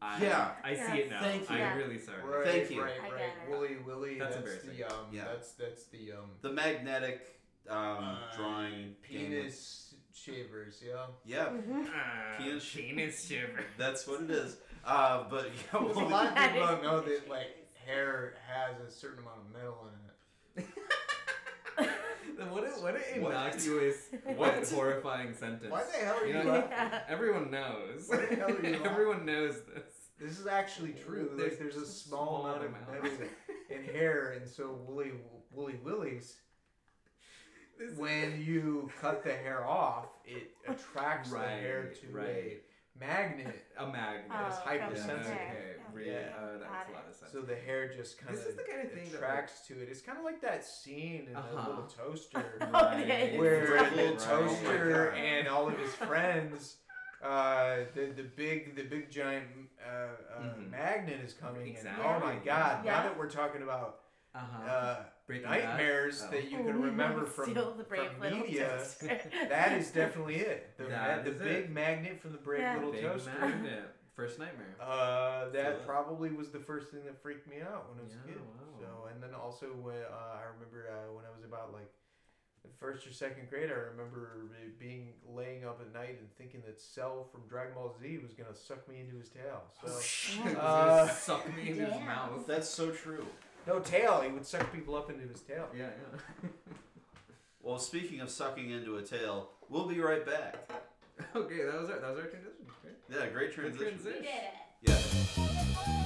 S2: I,
S1: Yeah.
S2: I see
S3: Yeah.
S2: it now.
S1: Thank you.
S2: I'm
S3: Yeah.
S2: really sorry.
S4: Mm-hmm. Right,
S1: Thank you.
S4: Right,
S3: I
S4: right.
S3: get it.
S4: Willy, Willy.
S2: That's
S4: That's,
S2: embarrassing.
S4: the um.
S1: Yeah.
S4: That's that's the um.
S1: The magnetic um,
S2: Uh,
S1: drawing game with-
S4: penis shavers. Yeah.
S1: Yeah,
S2: Uh,
S1: Penis-
S2: penis shiver.
S1: that's what it is. Uh, but yeah,
S4: There's a
S1: well,
S4: lot of
S3: That
S4: people
S3: is
S4: don't know
S3: penis
S4: that like hair has a certain amount of metal in it.
S2: Then what a what an
S1: What?
S2: innocuous,
S1: What?
S2: what horrifying sentence.
S4: Why the hell are you?
S2: You know-
S4: laughing?
S2: Everyone knows.
S4: What the hell are you laughing-
S2: Everyone knows this.
S4: This is actually true. There's,
S2: There's
S4: like, there's a
S2: just a
S4: small,
S2: small
S4: amount of
S2: amount.
S4: metal in hair, and so woolly woolly willies.
S2: This-
S4: When you cut the hair off, it attracts the hair
S2: Right,
S4: to
S2: right.
S4: a magnet.
S2: a magnet.
S3: Oh,
S4: It's hypersensitive.
S2: Yeah, Okay,
S3: Yeah.
S2: really,
S4: Yeah.
S2: uh,
S3: Got
S2: that makes a
S3: it.
S2: lot of sense.
S4: So the hair just kind
S2: This is the kind of thing that,
S4: attracts to it. It's kind of like that scene in the
S2: Uh-huh.
S4: little toaster.
S3: Oh, Right.
S4: where
S1: Right,
S4: little
S1: right.
S4: toaster
S1: Oh my God.
S4: and all of his friends uh the, the big the big giant uh, uh
S2: Mhm.
S4: magnet is coming
S2: Exactly.
S4: and oh my god
S3: Yeah.
S4: now that we're talking about
S2: uh-huh.
S4: uh
S2: Breaking Bad?
S4: nightmares
S2: Oh.
S4: that you can remember from,
S3: Still the brave
S4: from
S3: little
S4: media
S3: toaster.
S4: that is definitely it the,
S2: That
S4: the
S2: is
S4: big
S2: it.
S4: magnet from the brave
S3: Yeah.
S4: little
S2: Big
S4: toaster
S2: magnet. First nightmare.
S4: uh, that
S1: So-
S4: probably was the first thing that freaked me out when I was a
S2: Yeah,
S4: kid.
S2: wow.
S4: So, and then also when uh, I remember uh, when I was about like the first or second grade, I remember it being laying up at night and thinking that Cell from Dragon Ball Z was gonna suck me into his tail.
S3: Oh,
S4: So
S2: He's
S4: Uh,
S2: gonna suck me in his
S3: Damn.
S2: mouth.
S1: that's so true.
S4: no tail, he would suck people up into his tail.
S2: Yeah,
S1: Well, speaking of sucking into a tail, we'll be right back.
S2: yeah. okay, that was our that was our transition. Okay.
S1: Yeah, great
S2: Good
S1: transition.
S2: transition.
S1: Yeah.
S6: Bye.